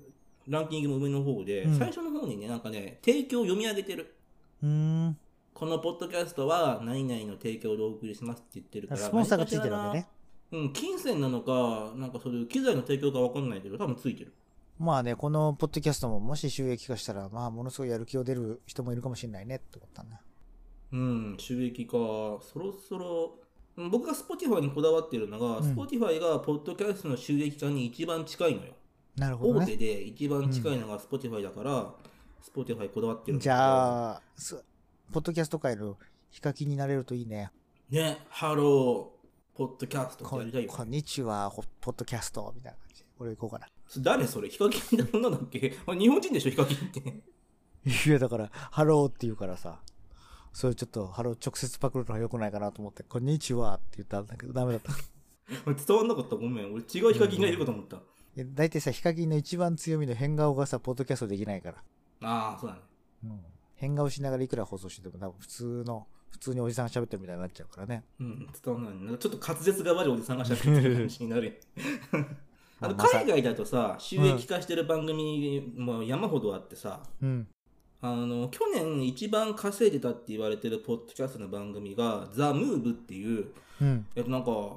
Speaker 1: ランキングも上の方で、
Speaker 2: うん
Speaker 1: 最初の方にね、なんかね、提供を読み上げてる。
Speaker 2: うーん。
Speaker 1: このポッドキャストは何々の提供でお送りしますって言ってるから、
Speaker 2: スポンサーがついてる
Speaker 1: 何
Speaker 2: わけね
Speaker 1: か。しらな。うん、金銭なのか、なんかそういう機材の提供かわかんないけど、多分ついてる。
Speaker 2: まあね、このポッドキャストももし収益化したら、まあ、ものすごいやる気を出る人もいるかもしれないねって思ったね。
Speaker 1: うん、収益化、そろそろ、うん僕が Spotify にこだわってるのが、
Speaker 2: うん
Speaker 1: Spotify がポッドキャストの収益化に一番近いのよ。
Speaker 2: なるほど
Speaker 1: 大
Speaker 2: ね。
Speaker 1: 手で一番近いのが Spotify だから、Spotify こだわってるんだけど
Speaker 2: じゃあ、すポッドキャスト界のヒカキンになれるといいね。
Speaker 1: ね、ハロー、ポッドキャストって
Speaker 2: こ
Speaker 1: や
Speaker 2: ん
Speaker 1: りたいよ。
Speaker 2: こんにちは、ほポッドキャストみたいな感じで。俺行こうかな。
Speaker 1: それ誰それヒカキンって女だっけ あ日本人でしょヒカキンって。
Speaker 2: いや、だから、ハローって言うからさ、それちょっと、ハロー直接パクるのは良くないかなと思って、こんにちはって言ったんだけど、ダメだ った。
Speaker 1: 俺伝わんなかった。ごめん。俺違うヒカキンがいるかと思った。
Speaker 2: いや大体さ、ヒカキンの一番強みの変顔がさ、ポッドキャストできないから。
Speaker 1: ああ、そうだね。
Speaker 2: うん。変顔しながらいくら放送してても、多分普通の、普通におじさんが喋ってるみたいになっちゃうからね。
Speaker 1: うん、伝わんない。なんかちょっと滑舌が悪いおじさんが喋ってる感じになる。あの
Speaker 2: まあまさ
Speaker 1: 海外だとさ、収益化してる番組も山ほどあってさ、
Speaker 2: うん。
Speaker 1: あの、去年一番稼いでたって言われてるポッドキャストの番組が、ザ・ムーブっていう、
Speaker 2: うん。
Speaker 1: えっとなんか、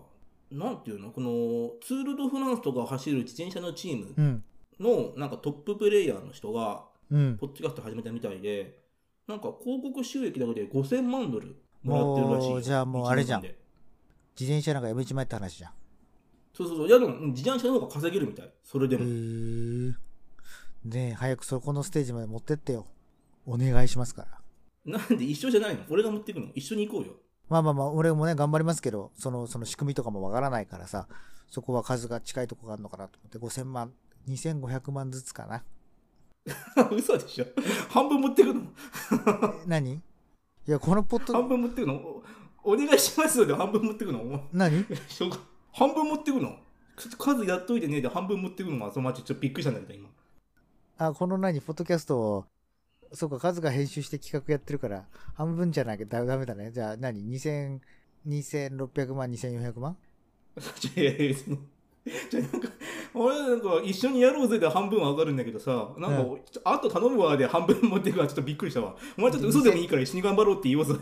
Speaker 1: なんていうのこの、ツール・ド・フランスとか走る自転車のチーム
Speaker 2: うん。
Speaker 1: の、なんかトッププレイヤーの人が、
Speaker 2: うん。
Speaker 1: ポッドキャスト始めたみたいで、なんか広告収益だけで5000万ドルもらってるらしい
Speaker 2: お
Speaker 1: よ。
Speaker 2: ーじゃあもうあれじゃん
Speaker 1: 一年間で
Speaker 2: 自転車なんかやめちまえって話じゃん。
Speaker 1: そうそうそう。いやでも、うん自転車の方が稼げるみたい。それでも。
Speaker 2: へえ。ねえ、早くそこのステージまで持ってってよ。お願いしますから。
Speaker 1: なんで一緒じゃないの俺が持っていくの一緒に行こうよ。
Speaker 2: まあまあまあ、俺もね、頑張りますけど、その、その仕組みとかもわからないからさ、そこは数が近いとこがあるのかなと思って、5000万、2500万ずつかな。
Speaker 1: 嘘でしょ半分持ってくの
Speaker 2: え何いや、このポッ
Speaker 1: 半
Speaker 2: ト、
Speaker 1: 分持ってくのおお願いしますよで半分持ってくのお前
Speaker 2: 何
Speaker 1: しょうが半分持ってくのちょっと数やっといてねで半分持ってくのがそのまちょっとびっくりしたんだけど今。
Speaker 2: あ、この何、ポッドキャストを、そうか、数が編集して企画やってるから、半分じゃなきゃダメだね。じゃあ何、2000、2600万、2400万
Speaker 1: いやいや別に。じゃあなんか俺なんか一緒にやろうぜで半分は上がるんだけどさなんか、
Speaker 2: う
Speaker 1: ちょあと頼むわで半分持ってくのはちょっとびっくりしたわお前ちょっと嘘でもいいから一緒に頑張ろうって言おうぞ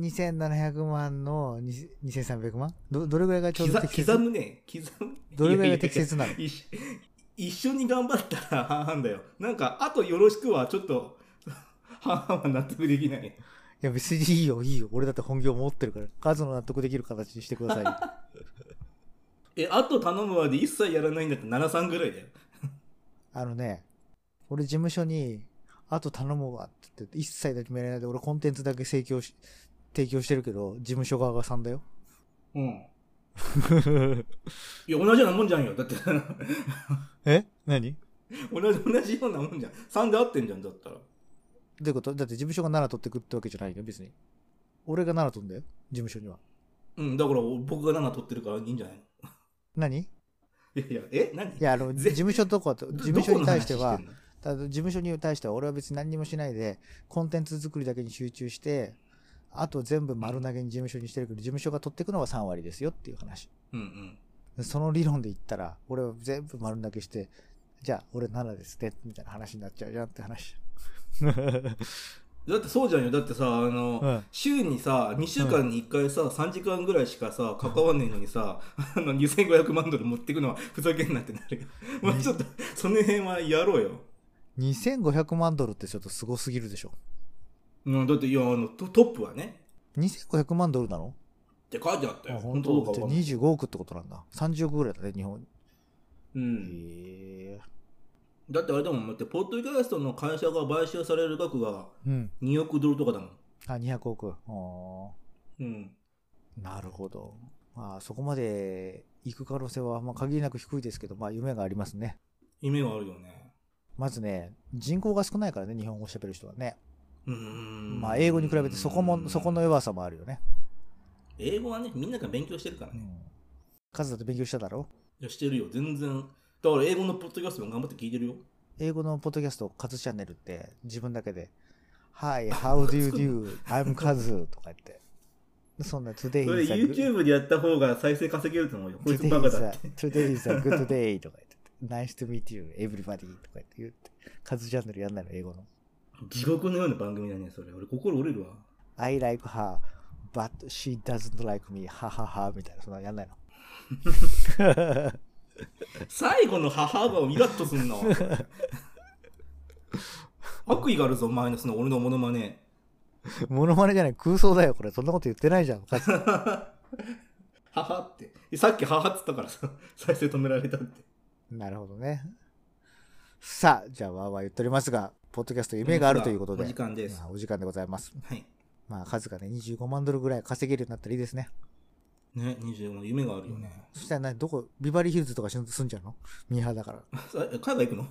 Speaker 2: ?2700 万のに2300万ど、どれぐらいがちょうど
Speaker 1: 刻
Speaker 2: 適切
Speaker 1: 刻むね刻む
Speaker 2: どれぐらい
Speaker 1: やや
Speaker 2: が
Speaker 1: や
Speaker 2: 適切なの
Speaker 1: 一緒一緒に頑張ったら 半々だよなんかあとよろしくはちょっと 半々は納得できない
Speaker 2: いや別にいいよ、いいよ。俺だって本業持ってるから、数の納得できる形にしてくだ さいよ。
Speaker 1: えあと頼むわで一切やらないんだって73ぐらいだよ
Speaker 2: あのね、俺事務所に、あと頼むわって言って、一切だけめられないで、俺コンテンツだけ提供し、提供してるけど、事務所側が3だよ。
Speaker 1: うんいや同じようなもんじゃんよだって
Speaker 2: え何 ど
Speaker 1: 同じ同じようなもんじゃん3で合ってんじゃんだったら
Speaker 2: ういうことだって事務所が7取ってくってわけじゃないよ、別に。俺が7取んだよ、事務所には。
Speaker 1: うんだから僕が7取ってるからいいんじゃないの
Speaker 2: 何い
Speaker 1: いやいやえ何
Speaker 2: や、あの、事
Speaker 1: ぜ
Speaker 2: 務所とかと、
Speaker 1: ど
Speaker 2: 事務所に対して
Speaker 1: ど
Speaker 2: は
Speaker 1: こ、の話
Speaker 2: ただ事務所に対しては俺は別に何にもしないでコンテンツ作りだけに集中してあと全部丸投げに事務所にしてるけど、事務所が取ってくのは3割ですよっていう話。
Speaker 1: うんうん。
Speaker 2: その理論で言ったら、俺は全部丸投げして、じゃあ俺7ですね、みたいな話になっちゃうじゃんっ て話。
Speaker 1: だってそうじゃんよ。だってさ、あの、
Speaker 2: うん
Speaker 1: 週にさ、2週間に1回さ、3時間ぐらいしかさ、関わんねえのにさ、あの、2500万ドル持ってくのはふざけんなってなるよ。もうちょっと、その辺はやろうよ。
Speaker 2: 2500万ドルってちょっとすごすぎるでしょ。
Speaker 1: うん、だって、いや、あの、トトップはね、
Speaker 2: 2500万ドルなの
Speaker 1: って書いてあった
Speaker 2: あ
Speaker 1: よ。本
Speaker 2: 本当
Speaker 1: 当
Speaker 2: だ
Speaker 1: か
Speaker 2: って
Speaker 1: わかんない。
Speaker 2: 25億ってことなんだ。30億ぐらいだね、日本。
Speaker 1: うん。
Speaker 2: へえ。
Speaker 1: だってあれだもん、だって、ポッドキャストの会社が買収される額が
Speaker 2: うん。
Speaker 1: 2億ドルとかだもん。
Speaker 2: あ、200億。あ
Speaker 1: うん。
Speaker 2: ーなるほど。まあ、そこまで行く可能性は、まあ、限りなく低いですけど、まあ、夢がありますね。
Speaker 1: 夢があるよね。
Speaker 2: まずね、人口が少ないからね、日本語を喋る人はね。
Speaker 1: うーん。
Speaker 2: まあ、英語に比べてそこも、そこの弱さもあるよね。
Speaker 1: 英語はね、みんなが勉強してるから
Speaker 2: う
Speaker 1: ね。
Speaker 2: ん。カズだって勉強しただろ
Speaker 1: いや、してるよ、全然。だから英語のポッドキャストも頑張って聞いてるよ。
Speaker 2: 英語のポッドキャスト、カズチャンネルって、自分だけで、Hi, how do you do? I'm カズとか言って。そんな、Today
Speaker 1: それ
Speaker 2: is a good-
Speaker 1: YouTube でやった方が再生稼げると思うよ。こいつ
Speaker 2: Today
Speaker 1: バカ
Speaker 2: is
Speaker 1: だ
Speaker 2: a,
Speaker 1: って。
Speaker 2: today is a good day とか言ってて、Nice to meet you, everybody とか言って言って、カズチャンネルやんないの、英語の。
Speaker 1: 地獄のような番組だね、それ。俺、心折れ るわ。
Speaker 2: I like her, but she doesn't like me, はははみたいな、そんなのやんないの。
Speaker 1: 最後の母がイラッとすん な。悪意があるぞ、マイナスの俺のモノマネ。
Speaker 2: モノマネじゃない、空想だよ、これ。そんなこと言ってないじゃん、カ ズ。
Speaker 1: 母って。えさっき母っつったからさ、再生止められたって。
Speaker 2: なるほどね。さあ、じゃあ、わーわー言っておりますが、ポッドキャスト夢があるということで。
Speaker 1: お時間です
Speaker 2: まあお時間でございます。
Speaker 1: はい。
Speaker 2: まあ、数がね、25万ドルぐらい稼げるようになったらいいですね。
Speaker 1: ね、25の夢があるよね。
Speaker 2: そしたらね、どこ、ビバリーヒルズとか住ん住んじゃうのミーハーだから。
Speaker 1: さえ海外行くの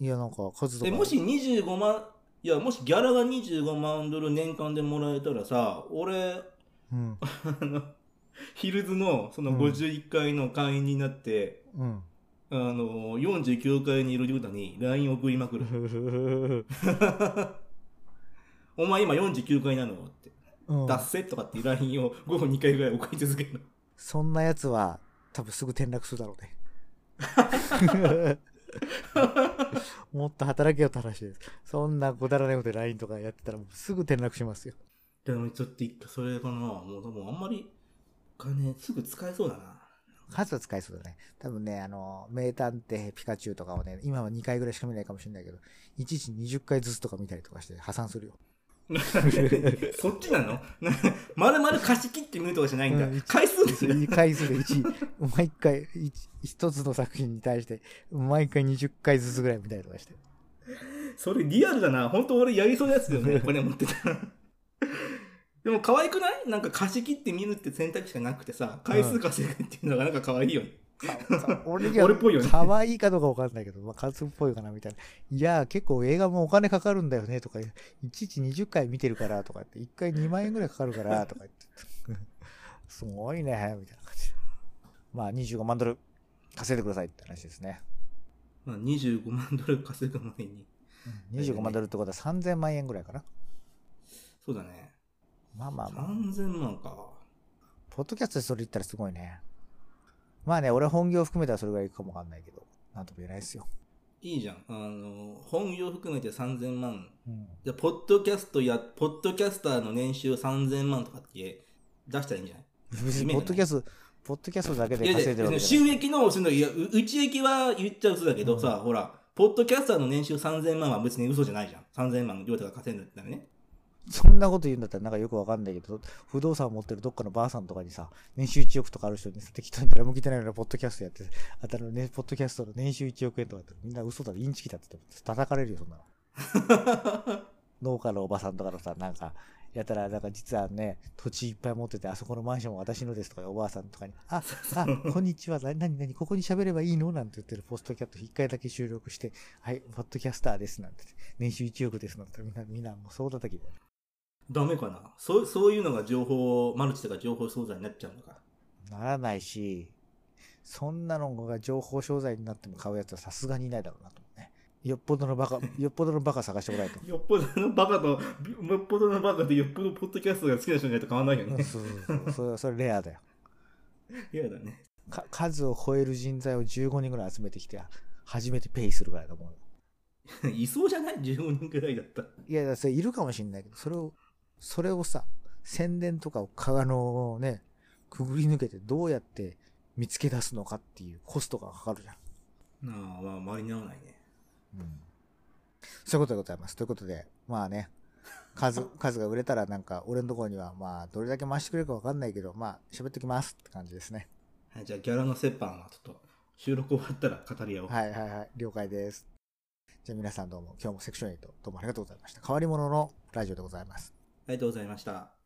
Speaker 2: いや、なんか、数とか。
Speaker 1: えもし25万いやもしギャラが25万ドル年間でもらえたらさ俺
Speaker 2: うん。
Speaker 1: あのヒルズのその
Speaker 2: うん
Speaker 1: 51階の会員になって、
Speaker 2: うん。
Speaker 1: あの49階にいるリュウタに LINE 送りまくるお前今49階なのって
Speaker 2: うん
Speaker 1: 達成とかっていう LINE を午後2回ぐらい送り続けるの
Speaker 2: そんなやつは、多分すぐ転落するだろう ね。もっと働けよって話です。そんなこだらないことで LINE とかやってたらもうすぐ転落しますよ。
Speaker 1: でもちょっと一回それかなもう多分あんまり金すぐ使えそうだな
Speaker 2: 数は使いそうだね。多分ね、あの、名探偵ピカチュウとかをね、今は2回ぐらいしか見ないかもしれないけど、いちいち20回ずつとか見たりとかして破産するよ。
Speaker 1: そっちなの なまるまる貸し切って見るとかじゃないんだ。
Speaker 2: うん
Speaker 1: 回数ですよ。
Speaker 2: 2回ずつ1、毎 回1、一つの作品に対して、毎回20回ずつぐらい見たりとかして。
Speaker 1: それリアルだな。本当俺やりそうなやつだよ ね。お金持ってたら。でも可愛くないなんか貸し切って見るって選択しかなくてさ、回数稼ぐっていうのがなんか可愛いよね。
Speaker 2: 俺には
Speaker 1: 俺っぽいよね
Speaker 2: 可愛いかどうかわかんないけど、まあ、カツっぽいかなみたいな。いやー、結構映画もお金かかるんだよねとか、いちいち20回見てるからとかって、1回2万円ぐらいかかるからとか言って、すごいね、みたいな感じで。まあ、25万ドル稼いでくださいって話ですね。
Speaker 1: まあ、25万ドル稼ぐ前に。
Speaker 2: 25万ドルってことは3000万円ぐらいかな。
Speaker 1: そうだね。
Speaker 2: まあまあまあ。
Speaker 1: 3000万か。
Speaker 2: ポッドキャストでそれ言ったらすごいね。まあね、俺本業含めたらそれぐらいいくかもわかんないけど、なんとも言えないですよ。
Speaker 1: いいじゃん。あの、本業含めて3000万。
Speaker 2: うん。
Speaker 1: じゃあポッドキャストや、ポッドキャスターの年収3000万とかって出したらいいんじゃない
Speaker 2: 別にポッドキャスト、ポッドキャストだけで
Speaker 1: いや
Speaker 2: 稼い
Speaker 1: い
Speaker 2: でるわ
Speaker 1: や
Speaker 2: けじゃ
Speaker 1: 収
Speaker 2: ない。
Speaker 1: 益の、その、いや、う内益は言っちゃ嘘だけどさ、ほら、ポッドキャスターの年収3000万は別に嘘じゃないじゃん。3000万、りょうたが稼いだったらね。
Speaker 2: そんなこと言うんだったらなんかよくわかんないけど、不動産持ってるどっかのばあさんとかにさ、年収1億とかある人にさ、適当に誰も聞いてないようなポッドキャストやって、あたのね、ポッドキャストの年収1億円とかってみんな嘘だ、インチキだって言って叩かれるよ、そんなの。農家のおばさんとかのさ、なんか、やたら、なんか実はね、土地いっぱい持ってて、あそこのマンションは私のですとか、おばあさんとかに、あ、あ、こんにちは、ななになに、ここに喋ればいいのなんて言ってるポストキャット一回だけ収録して、はい、ポッドキャスターですなんて言って、年収1億ですなんて、みんな、みんなもうそうだったきだよ。
Speaker 1: ダメかなそう、そういうのが情報、マルチとか情報操作になっちゃうのか。
Speaker 2: ならないし、そんなのが情報商材になっても買うやつはさすがにいないだろうなと思うね。よっぽどのバカ、よっぽどのバカ探してもらえと。
Speaker 1: よっぽどのバカと、よっぽどのバカとよっぽどポッドキャストが好きな人にないと変わらないよ
Speaker 2: うん
Speaker 1: ね。
Speaker 2: そうそうそう。それ、それレアだよ。
Speaker 1: 嫌だね。
Speaker 2: か数を超える人材を15人ぐらい集めてきて、初めてペイするぐらいだもん。
Speaker 1: いそうじゃない ?15 人くらいだったら。
Speaker 2: いや、だからそれいるかもしれないけど、それを、それをさ、宣伝とかをか、あのね、くぐり抜けてどうやって見つけ出すのかっていうコストがかかるじゃん。
Speaker 1: なあ、まあ、周りに合わないね。
Speaker 2: うん。そういうことでございます。ということで、まあね、数、 数が売れたらなんか、俺のところには、まあ、どれだけ回してくれるかわかんないけど、まあ、喋っときますって感じですね。
Speaker 1: はい、じゃあ、ギャラの折半はちょっと、収録終わったら語り合おう。
Speaker 2: はいはいはい、了解です。じゃあ皆さんどうも、今日もセクション8、どうもありがとうございました。変わり者のラジオでございます。
Speaker 1: ありがとうございました。